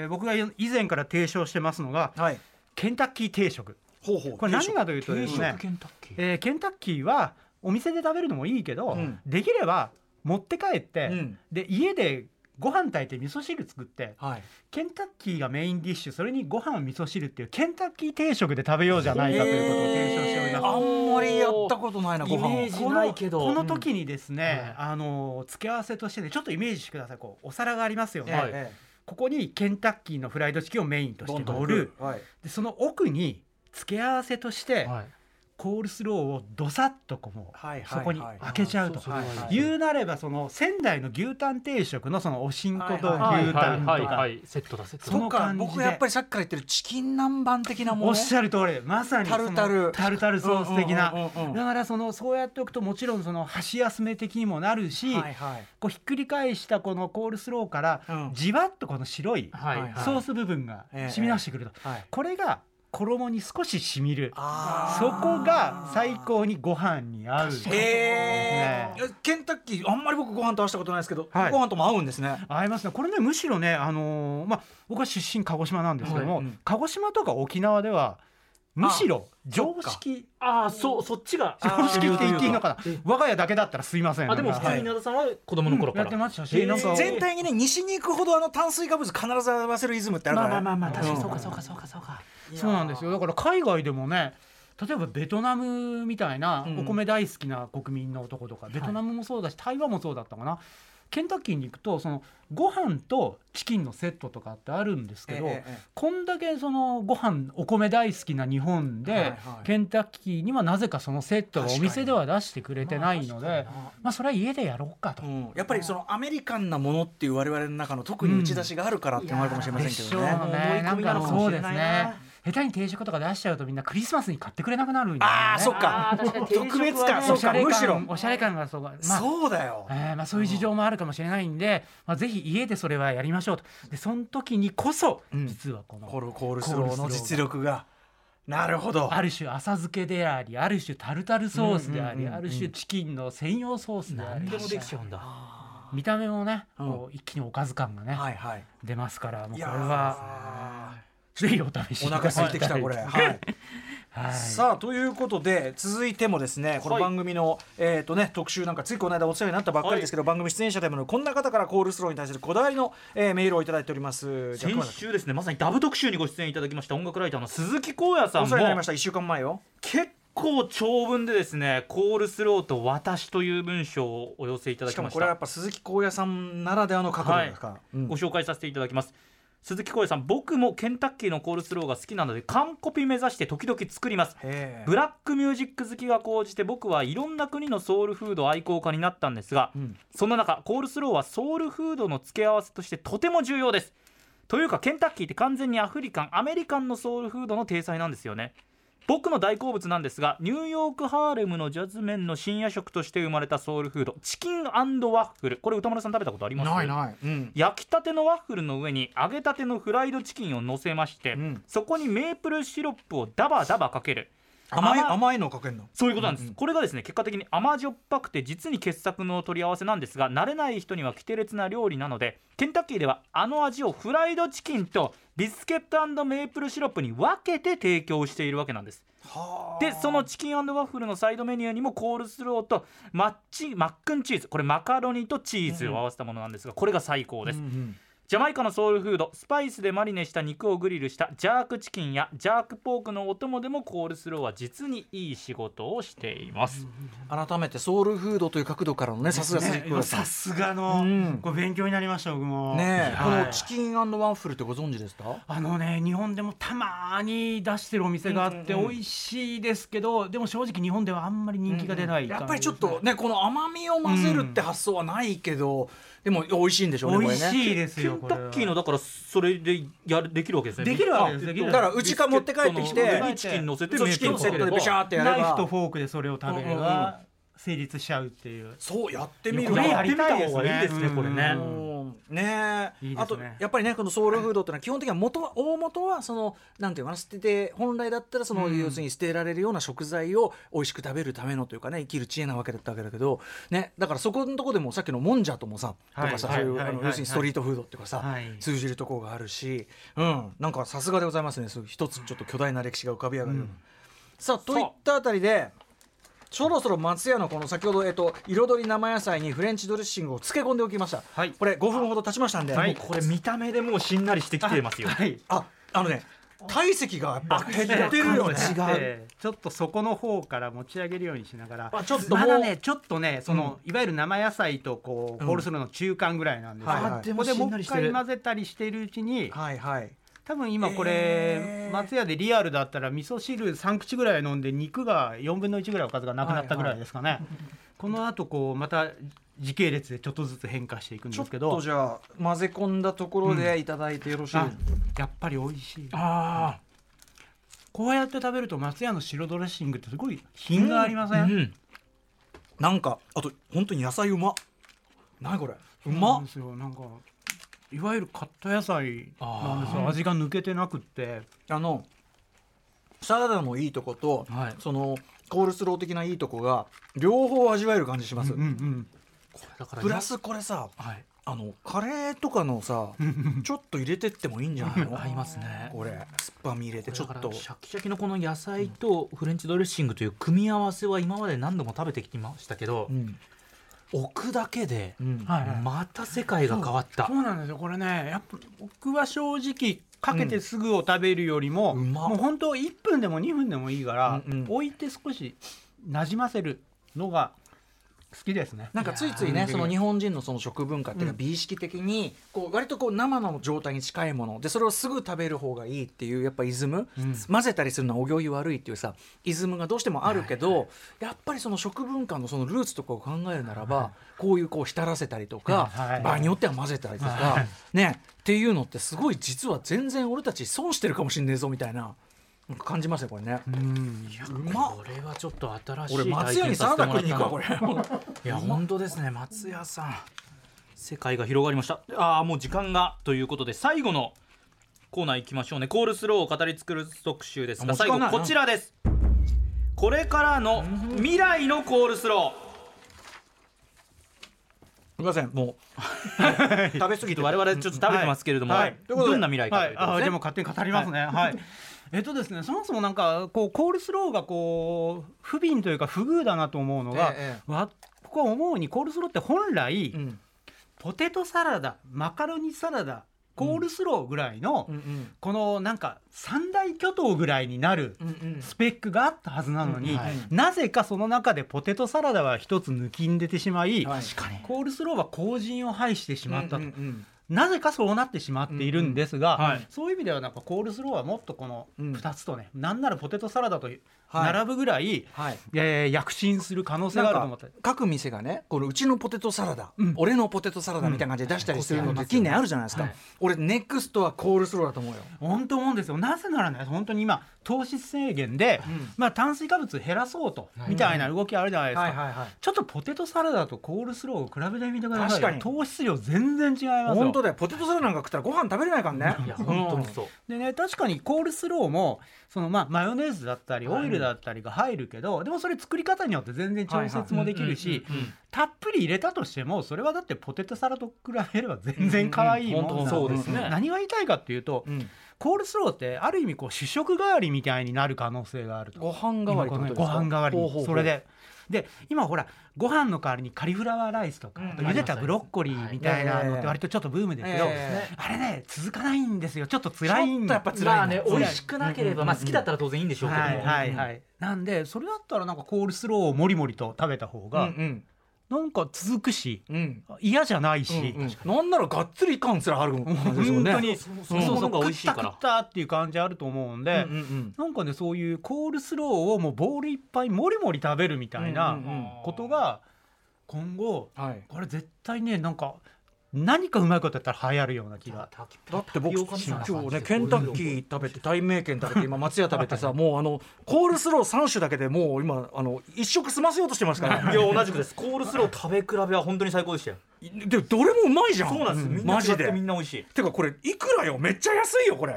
Speaker 1: えー僕が以前から提唱してますのが
Speaker 4: えはい
Speaker 1: ケンタッキー定食
Speaker 4: ほうほう
Speaker 1: これ何がというとですね、
Speaker 5: ケンタッキー
Speaker 1: えーケンタッキーはお店で食べるのもいいけど、
Speaker 4: うん
Speaker 1: できれば持って帰って、
Speaker 4: うん
Speaker 1: で家でご飯炊いて味噌汁作って
Speaker 4: はい
Speaker 1: ケンタッキーがメインディッシュそれにご飯味噌汁っていうケンタッキー定食で食べようじゃないかということを提唱しております。
Speaker 4: あんまりやったことないなご
Speaker 5: イメー
Speaker 4: 飯
Speaker 5: ジないけど
Speaker 1: このこの時にですね、
Speaker 5: う
Speaker 1: あの付け合わせとしてねちょっとイメージしてくださいこうお皿がありますよね、
Speaker 5: はい
Speaker 4: え
Speaker 1: ここにケンタッキーのフライドチキンをメインとして乗る
Speaker 4: えはい
Speaker 1: でその奥に付け合わせとして、
Speaker 5: はい
Speaker 1: コールスローをどさっとこうもう
Speaker 4: はいはい
Speaker 1: そこに
Speaker 4: はい
Speaker 1: 開けちゃうと
Speaker 5: そうそうそう
Speaker 4: はい
Speaker 1: 言うなればその仙台の牛タン定食のそのおしんこと牛
Speaker 5: はいはい
Speaker 1: タンと
Speaker 5: はいは
Speaker 1: か
Speaker 5: いセットだセット
Speaker 1: そ
Speaker 5: だ
Speaker 1: の
Speaker 4: とか
Speaker 1: 感じで
Speaker 4: 僕やっぱりさっきから言ってるチキン南蛮的なもの
Speaker 1: おっしゃる通りまさにその
Speaker 4: タルタル
Speaker 1: タルタルソース的
Speaker 4: うんうん
Speaker 1: な
Speaker 4: うんうん
Speaker 1: だからそのそうやっておくともちろんその箸休め的にもなるし
Speaker 4: はいはい
Speaker 1: こうひっくり返したこのコールスローか
Speaker 4: う
Speaker 1: ら
Speaker 4: ん
Speaker 1: じわっとこの白い
Speaker 5: はいはい
Speaker 1: ソース部分が染み出してくると
Speaker 4: はい
Speaker 1: これが衣に少し染みる
Speaker 4: あー
Speaker 1: そこが最高にご飯に合う
Speaker 4: へ
Speaker 1: そう
Speaker 4: えケンタッキーあんまり僕ご飯と合わせたことないですけど
Speaker 1: はい
Speaker 4: ご飯とも合うんですね
Speaker 1: 合いますねこれねむしろね、あのーまあ、僕は出身鹿児島なんですけども、
Speaker 4: はいうん
Speaker 1: 鹿児島とか沖縄ではむしろ常識
Speaker 5: ああそうそっちが
Speaker 1: 常識って言っていいのかな我が家だけだったらすいません
Speaker 5: あでも普
Speaker 1: な
Speaker 5: 通に
Speaker 1: んか
Speaker 5: 稲田さんは子供の頃か
Speaker 1: やって
Speaker 5: ら
Speaker 1: ましたし、なんか
Speaker 4: 全体にね西に行くほどあの炭水化物必ず合わせるイズムってあるからね
Speaker 5: まあ確かにそう
Speaker 4: う
Speaker 5: か
Speaker 4: ん
Speaker 5: そうかそうかそうか
Speaker 1: そうなんですよだから海外でもね例えばベトナムみたいな
Speaker 4: うん
Speaker 1: お米大好きな国民の男とか、ベトナムもそうだし台湾もそうだったかなケンタッキーに行くとそのご飯とチキンのセットとかってあるんですけど、
Speaker 4: ええええ
Speaker 1: こんだけそのご飯お米大好きな日本で、
Speaker 4: はいはい
Speaker 1: ケンタッキーにはなぜかそのセットがお店では出してくれてないので、まあ、それは家でやろうかと。
Speaker 4: うんやっぱりそのアメリカンなものっていう我々の中の特に打ち出しがあるからっていうのもあるかもしれませんけど
Speaker 1: でしょ
Speaker 4: ね
Speaker 1: うねな
Speaker 5: も追い込
Speaker 1: んかそうう
Speaker 5: みなのかもしれ
Speaker 1: で
Speaker 5: な
Speaker 1: す
Speaker 5: いな
Speaker 1: ね下手に定食とか出しちゃうとみんなクリスマスに買ってくれなくなるんで、ね、
Speaker 4: ああそっ
Speaker 5: あ
Speaker 4: か
Speaker 5: ー確かに定食はね
Speaker 4: 特別感そ
Speaker 1: お
Speaker 4: う
Speaker 1: しゃ
Speaker 4: か
Speaker 1: れ
Speaker 4: むしろ
Speaker 1: 感おしゃれ感がそうか、まあ
Speaker 4: そうだよ
Speaker 1: えーまあ、そういう事情もあるかもしれないんで、まあ、ぜひ家でそれはやりましょうとでその時にこそ
Speaker 4: ん
Speaker 1: 実はこの、
Speaker 4: コルコールスローの実力がなるほど
Speaker 1: ある種浅漬けでありある種タルタルソースであり、ある種チキンの専用ソースであり
Speaker 5: 何でもできちゃうんだ
Speaker 1: 見た目もね、
Speaker 4: うん
Speaker 1: こう一気におかず感がね、
Speaker 4: はいはい
Speaker 1: 出ますからもう
Speaker 4: い
Speaker 1: これ
Speaker 4: やー
Speaker 1: はぜひお試し
Speaker 4: お腹空いてきたこれ、はい、
Speaker 1: はい、
Speaker 4: さあということで続いてもですねこの番組の、えーとね、特集なんかついこの間お世話になったばっかりですけど、番組出演者でもあるこんな方からコールスローに対するこだわりの、えーメールをいただいておりますじゃあ
Speaker 5: 先
Speaker 4: 熊田君
Speaker 5: 週ですねまさにダブ特集にご出演いただきました音楽ライターの鈴木光也さ
Speaker 4: お
Speaker 5: ん
Speaker 4: 世話になりま
Speaker 5: も
Speaker 4: した1週間前よ
Speaker 5: 結構長文でですねコールスローと私という文章をお寄せいただ
Speaker 4: し
Speaker 5: き
Speaker 4: かも
Speaker 5: まし
Speaker 4: これはや
Speaker 5: た
Speaker 4: っぱ鈴木光也さんならではの角度ですから、うん
Speaker 5: ご紹介させていただきます鈴木光也さん僕もケンタッキーのコールスローが好きなので完コピ目指して時々作ります
Speaker 4: へ
Speaker 5: ブラックミュージック好きが高じて僕はいろんな国のソウルフード愛好家になったんですが、
Speaker 4: ん
Speaker 5: そんな中コールスローはソウルフードの付け合わせとしてとても重要ですというかケンタッキーって完全にアフリカンアメリカンのソウルフードの体裁なんですよね僕の大好物なんですがニューヨークハーレムのジャズメンの深夜食として生まれたソウルフードチキンワッフルこれ歌丸さん食べたことあります
Speaker 4: ない、うん、
Speaker 5: 焼きたてのワッフルの上に揚げたてのフライドチキンを乗せまして、
Speaker 4: ん
Speaker 5: そこにメープルシロップをダバダバかける
Speaker 4: 甘い
Speaker 5: 甘い
Speaker 4: 甘いのをかけるの
Speaker 5: そういうことなんです、これがですね結果的に甘じょっぱくて実に傑作の取り合わせなんですが慣れない人には奇て烈な料理なのでケンタッキーではあの味をフライドチキンとビスケットメープルシロップに分けて提供しているわけなんですでそのチキンワッフルのサイドメニューにもコールスローとマッチマックンチーズこれマカロニとチーズを合わせたものなんですがこれが最高です、ジャマイカのソウルフードスパイスでマリネした肉をグリルしたジャークチキンやジャークポークのお供でもコールスローは実にいい仕事をしています、
Speaker 4: 改めてソウルフードという角度からのねさすが鈴木
Speaker 1: ね
Speaker 4: 浩さ
Speaker 1: さ
Speaker 4: ん
Speaker 1: すがの、
Speaker 4: うん
Speaker 1: こう勉強になりました僕も
Speaker 4: ねえこ
Speaker 1: はい
Speaker 4: のチキンワッフルってご存知ですか
Speaker 1: あのね日本でもたまに出してるお店があって
Speaker 4: うんうんうん
Speaker 1: 美味しいですけど、でも正直日本ではあんまり人気が出ない、
Speaker 4: やっぱりちょっとねこの甘みを混ぜるって発想はないけどでも美味しいんでしょうね
Speaker 1: 美
Speaker 4: これ
Speaker 1: 味
Speaker 4: ね
Speaker 1: しいです
Speaker 5: ケ
Speaker 1: よ
Speaker 5: ンタッキー
Speaker 1: こ
Speaker 5: のだからそれでやるできるわけですね
Speaker 1: できるわけです
Speaker 5: あ
Speaker 1: できる
Speaker 4: だからうちから持って帰ってきて
Speaker 5: ビスケットの上にチキン乗せて
Speaker 4: そう
Speaker 5: メ
Speaker 4: チ
Speaker 5: ープ
Speaker 4: キ
Speaker 5: ル
Speaker 4: ンセットで
Speaker 5: 乗
Speaker 4: ビ
Speaker 5: せ
Speaker 4: シ
Speaker 5: れば
Speaker 4: ャーって
Speaker 1: れ
Speaker 4: や
Speaker 1: は
Speaker 4: れ
Speaker 1: ナイフと
Speaker 4: ば
Speaker 1: フォークでそれを食べれば成立しちゃうっていう
Speaker 4: そうやってみる
Speaker 5: こ
Speaker 4: な
Speaker 5: れやってみた方がいいですね
Speaker 1: うん
Speaker 5: これね
Speaker 4: うんねえ
Speaker 1: いいですね
Speaker 4: あとやっぱりねこのソウルフードってのは基本的には元は大元はそのなんていうかな捨てて本来だったらその、要するに捨てられるような食材を美味しく食べるためのというかね生きる知恵なわけだったわけだけどねだからそこのとこでもさっきのもんじゃともさ、とかさ、
Speaker 1: はい
Speaker 4: そういう、
Speaker 1: はい
Speaker 4: あの
Speaker 1: はい
Speaker 4: 要するにストリートフードっていうかさ、
Speaker 1: はい
Speaker 4: 通じるところがあるし、うんなんかさすがでございますねそう一つちょっと巨大な歴史が浮かび上がるような。さあといったあたりで。そろそろ松屋のこの先ほど、えっと、彩り生野菜にフレンチドレッシングを漬け込んでおきました、
Speaker 5: はい
Speaker 4: これ5分ほど経ちましたんで、
Speaker 5: もうこれ見た目でもうしんなりしてきてますよ
Speaker 4: ああのね体積がやっぱ減ってるよね
Speaker 1: 違うちょっとそこの方から持ち上げるようにしながら
Speaker 4: あちょっともう
Speaker 1: まだねちょっとねその、いわゆる生野菜とこうコールスローの中間ぐらいなんですよ、
Speaker 4: はいはい
Speaker 1: ここでもう一回混ぜたりしているうちに
Speaker 4: はいはい
Speaker 1: 多分今これ、
Speaker 4: えー
Speaker 1: 松屋でリアルだったら味噌汁3口ぐらい飲んで肉が4分の1ぐらいおかずがなくなったぐらいですかね、このあとこうまた時系列でちょっとずつ変化していくん
Speaker 4: ちょ
Speaker 1: で
Speaker 4: っ
Speaker 1: すけど
Speaker 4: とじゃあ混ぜ込んだところでいただいてよろしい、
Speaker 1: あやっぱり美味しい
Speaker 4: あ
Speaker 1: こうやって食べると松屋の白ドレッシングってすごい品がありません、
Speaker 4: ーなんかあと本当に野菜うまなにこれう
Speaker 1: そうな
Speaker 4: ま
Speaker 1: んですよなんかいわゆるカット野菜なんですよ味が抜けてなくって
Speaker 4: あのサラダのいいとこと、
Speaker 1: はい
Speaker 4: そのコールスロー的ないいとこが両方味わえる感じします、
Speaker 1: うんうん
Speaker 5: だから
Speaker 4: プラスこれさ
Speaker 5: はい
Speaker 4: あのカレーとかの さちょっと入れてってもいいんじゃないの
Speaker 5: 合いますね
Speaker 4: これ酸っぱみ入れてちょ
Speaker 5: だ
Speaker 4: っ
Speaker 5: から
Speaker 4: と
Speaker 5: シャキシャキのこの野菜とフレンチドレッシングという組み合わせは今まで何度も食べてきましたけど、
Speaker 4: うん
Speaker 5: 置くだけで、
Speaker 4: うん
Speaker 1: はい
Speaker 5: また世界が変わった
Speaker 1: そうなんですよこれねやっぱ僕は正直かけてすぐを食べるよりも、
Speaker 4: うんうまっ
Speaker 1: もう本当1分でも2分でもいいから、
Speaker 4: うんうん
Speaker 1: 置いて少しなじませるのが好きですね。
Speaker 4: なんかついついねその日本人のその食文化っていうか
Speaker 1: うん
Speaker 4: 美意識的にこう割とこう生の状態に近いものでそれをすぐ食べる方がいいっていうやっぱイズム、混ぜたりするのはお行儀悪いっていうさイズムがどうしてもあるけど、やっぱりその食文化のそのルーツとかを考えるならば、こういうこう浸らせたりとか、
Speaker 1: はい
Speaker 4: 場合によっては混ぜたりとか、ねっていうのってすごい実は全然俺たち損してるかもしんねえぞみたいななんか感じますねこれね。うまっ
Speaker 5: これはちょっと新しい
Speaker 4: 俺松屋にサラダ食いに行くわこれ。
Speaker 5: いや本当ですね松屋さん世界が広がりましたああもう時間がということで最後のコーナー行きましょうねコールスローを語り尽くる特集です
Speaker 4: も
Speaker 5: が
Speaker 4: う時
Speaker 5: 最
Speaker 4: 間
Speaker 5: 後
Speaker 4: ないな
Speaker 5: こちらですこれからの未来のコールスロー
Speaker 4: すみません もう食べ過ぎて
Speaker 5: 我々ちょっと食べてますけれども、
Speaker 1: はい
Speaker 5: どんな未来か
Speaker 1: は
Speaker 5: とい、
Speaker 1: いう
Speaker 5: と
Speaker 1: あ
Speaker 5: ですね
Speaker 1: でも勝手に語りますね。はい。えっとですね、そもそもなんかこうコールスローがこう不憫というか不遇だなと思うのが、
Speaker 4: え
Speaker 1: わ僕は思うにコールスローって本来、
Speaker 4: うん
Speaker 1: ポテトサラダマカロニサラダコールスローぐらいの、
Speaker 4: うんうん
Speaker 1: このなんか三大巨頭ぐらいになる
Speaker 4: うんうん
Speaker 1: スペックがあったはずなのに、
Speaker 4: うんはい
Speaker 1: なぜかその中でポテトサラダは一つ抜きんでてしまい、
Speaker 4: はい
Speaker 1: コールスローは後陣を排してしまったと、
Speaker 4: うんうん
Speaker 1: なぜかそうなってしまっているんですが、
Speaker 5: うんうんはい
Speaker 1: そういう意味ではなんかコールスローはもっとこの
Speaker 4: うん
Speaker 1: 2つとね、なんならポテトサラダと
Speaker 4: はい
Speaker 1: 並ぶぐらい、
Speaker 4: はい
Speaker 1: えー躍進する可能性があると
Speaker 4: な
Speaker 1: 思
Speaker 4: ん
Speaker 1: っ
Speaker 4: か
Speaker 1: て。
Speaker 4: 各店がねこのうちのポテトサラダ、
Speaker 1: うん
Speaker 4: 俺のポテトサラダみたいな感じで出したりするのって近年あるじゃないですか、
Speaker 1: はい
Speaker 4: 俺ネクストはコールスローだと思うよ
Speaker 1: 本当思うんですよなぜならね本当に今糖質制限で、まあ、炭水化物減らそうとみたいな動きあるじゃないですか、
Speaker 4: いはい
Speaker 1: ちょっとポテトサラダとコールスローを比べてみてください
Speaker 4: 確かに
Speaker 1: 糖質量全然違いますよ
Speaker 4: 本当だよポテトサラダなんか食ったらご飯食べれないからね
Speaker 5: いや本当にそう、
Speaker 1: でね確かにコールスローもその、まあ、マヨネーズだったりオイルだったりが入るけど、でもそれ作り方によって全然調節もできるし、たっぷり入れたとしてもそれはだってポテトサラダと比べれば全然可愛いもんなので
Speaker 5: そうですね
Speaker 1: 何が言いたいかっていうと、
Speaker 4: うん
Speaker 1: コールスローってある意味こう主食代わりみたいになる可能性があると。
Speaker 4: ご飯代わりってことですか
Speaker 1: ご飯代わり
Speaker 4: ほう
Speaker 1: に
Speaker 4: ほうほう
Speaker 1: それでで今ほらご飯の代わりにカリフラワーライスとか、
Speaker 4: うん
Speaker 1: あと茹でたブロッコリーみたいなのって割とちょっとブームですけど、
Speaker 4: ええ
Speaker 1: あれね続かないんですよちょっと辛い
Speaker 4: ちょ
Speaker 1: ん
Speaker 4: っとやっぱ辛い
Speaker 5: まあ
Speaker 4: の
Speaker 5: ね美味しくなければ、まあ、好きだったら当然いいんでしょうけども、
Speaker 1: はいはいはい、なんでそれだったらなんかコールスローをもりもりと食べた方
Speaker 4: うん
Speaker 1: がなんか続くし
Speaker 4: うんうん
Speaker 1: 嫌じゃない
Speaker 4: うん
Speaker 1: し、
Speaker 4: うんなんならがっつり感すらあるもん
Speaker 1: 本
Speaker 4: ですよね
Speaker 1: 当に
Speaker 5: そのものが美味しいから
Speaker 1: 食った食ったっていう感じあると思うんで、
Speaker 4: うんうんうん
Speaker 1: なんかねそういうコールスローをもうボールいっぱいもりもり食べるみたい
Speaker 4: うんうんうん
Speaker 1: なことが今後
Speaker 4: はい
Speaker 1: これ絶対ねなんか何かうまいことやったら流行るような気が。
Speaker 4: だって僕今
Speaker 5: 今
Speaker 4: 日ねケンタッキー食べて大名犬食べて今松屋食べてさもうあのコールスロー三種だけでもう今あの一食済ませようとしてますから
Speaker 5: いや同じくですコールスロー食べ比べは本当に最高でしたよ
Speaker 4: でもどれもうまいじゃん
Speaker 5: そうなんです、みんな
Speaker 4: マ
Speaker 5: 違
Speaker 4: ジ
Speaker 5: って
Speaker 4: で
Speaker 5: みんな美味しい
Speaker 4: てかこれいくらよめっちゃ 安いよこれ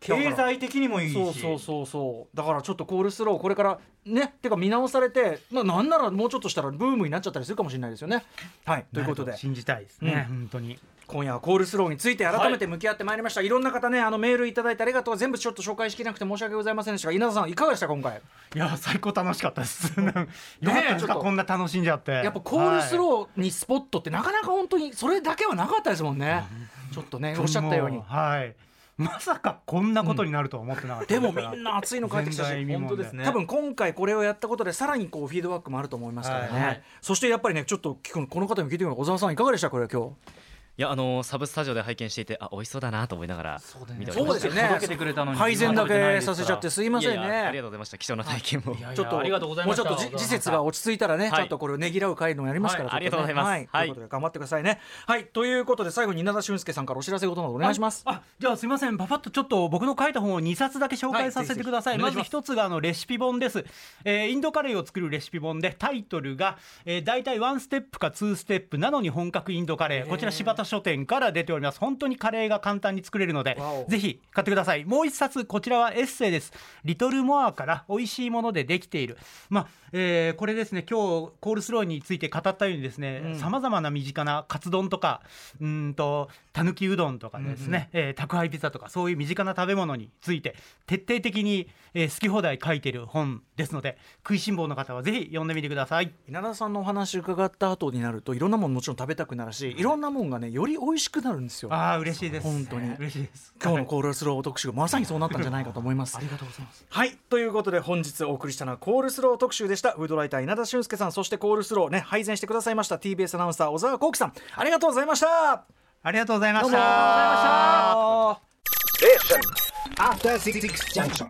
Speaker 5: 経済的にもいいし
Speaker 4: そうそうそうそうだからちょっとコールスローこれからねてか見直されて、まあ、なんならもうちょっとしたらブームになっちゃったりするかもしれないですよねはいということで
Speaker 1: 信じたいですね、
Speaker 4: う
Speaker 1: 本当に
Speaker 4: 今夜はコールスローについて改めて向き合ってまいりました、い、ろんな方ねあのメールいただいてありがとう全部ちょっと紹介しきれなくて申し訳ございませんでしたが稲田さんいかがでした今回
Speaker 1: いや最高楽しかったです。よかったで
Speaker 4: ちょ
Speaker 1: す
Speaker 4: っと
Speaker 1: かこんな楽しんじゃって。
Speaker 4: やっぱコールス
Speaker 1: ー
Speaker 4: ローにスポットってなかなか本当にそれだけはなかったですもんね、ちょっとねおっしゃったように
Speaker 1: はい。まさかこんなことになるとは思ってなかっ
Speaker 4: で
Speaker 1: た
Speaker 4: す
Speaker 1: か
Speaker 4: も
Speaker 1: ら。
Speaker 4: みんな熱いの帰ってきたし
Speaker 1: 前代未聞
Speaker 5: 本当ですね
Speaker 4: 多分今回これをやったことでさらにこうフィードバックもあると思いますからね、
Speaker 1: はい
Speaker 4: そしてやっぱりねちょっと聞くこの方にも聞いてみよう小沢さんいかがでしたこれ今
Speaker 2: いやあのーサブスタジオで拝見していてあ美味しそうだなと思いながら見てお
Speaker 4: 日
Speaker 2: りま
Speaker 5: そう
Speaker 2: し
Speaker 5: で
Speaker 2: た
Speaker 5: すよね届けてくれたのに
Speaker 4: 配膳だけさせちゃってすいませんね
Speaker 2: いやいやありがとうございました貴重な体験を
Speaker 5: ちょっとありがとうございました
Speaker 4: もうちょっとじ時節が落ち着いたらね、
Speaker 2: はい
Speaker 4: ちょっとこれをねぎらう回のやりますから、
Speaker 2: はい
Speaker 4: ちょ
Speaker 2: ありが
Speaker 4: っね
Speaker 2: とうございます
Speaker 4: は、
Speaker 2: はいい
Speaker 4: ということで頑張ってくださいねはいということで最後に稲田俊介さんからお知らせことなどお願いします
Speaker 1: あじゃあすいませんパパッとちょっと僕の書いた本を2冊だけ紹介させてください、
Speaker 4: はいぜひぜ
Speaker 1: まず一つがあのレシピ本です、えーインドカレーを作るレシピ本でタイトルが、えー、大体1ステップか2ステップなのに本格インドカレーこちら柴田書店から出ております本当にカレーが簡単に作れるので
Speaker 4: わお
Speaker 1: ぜひ買ってくださいもう一冊こちらはエッセイですリトルモアから美味しいものでできているまあ、えーこれですね今日コールスローについて語ったようにですねさまざまな身近なカツ丼とかうーんとたぬきうどんとかですね、えー宅配ピザとかそういう身近な食べ物について徹底的に、えー好き放題書いてる本ですので食いしん坊の方はぜひ読んでみてください
Speaker 4: 稲田さんのお話伺った後になるといろんなもんもちろん食べたくなるしいろんなもんがねより美味しくなるんですよ
Speaker 1: ああ嬉しいです
Speaker 4: 本当に
Speaker 1: 嬉しいです
Speaker 4: 今日のコールスロー特集がまさにそうなったんじゃないかと思いますありがとうございますはいということで本日お送りしたのはコールスロー特集でしたフードライター稲田俊介さんそしてコールスローね配膳してくださいました TBS アナウンサー小沢幸輝さんありがとうございました
Speaker 1: ありがとうございました
Speaker 4: どうもありがとうございました
Speaker 8: After Six Junction.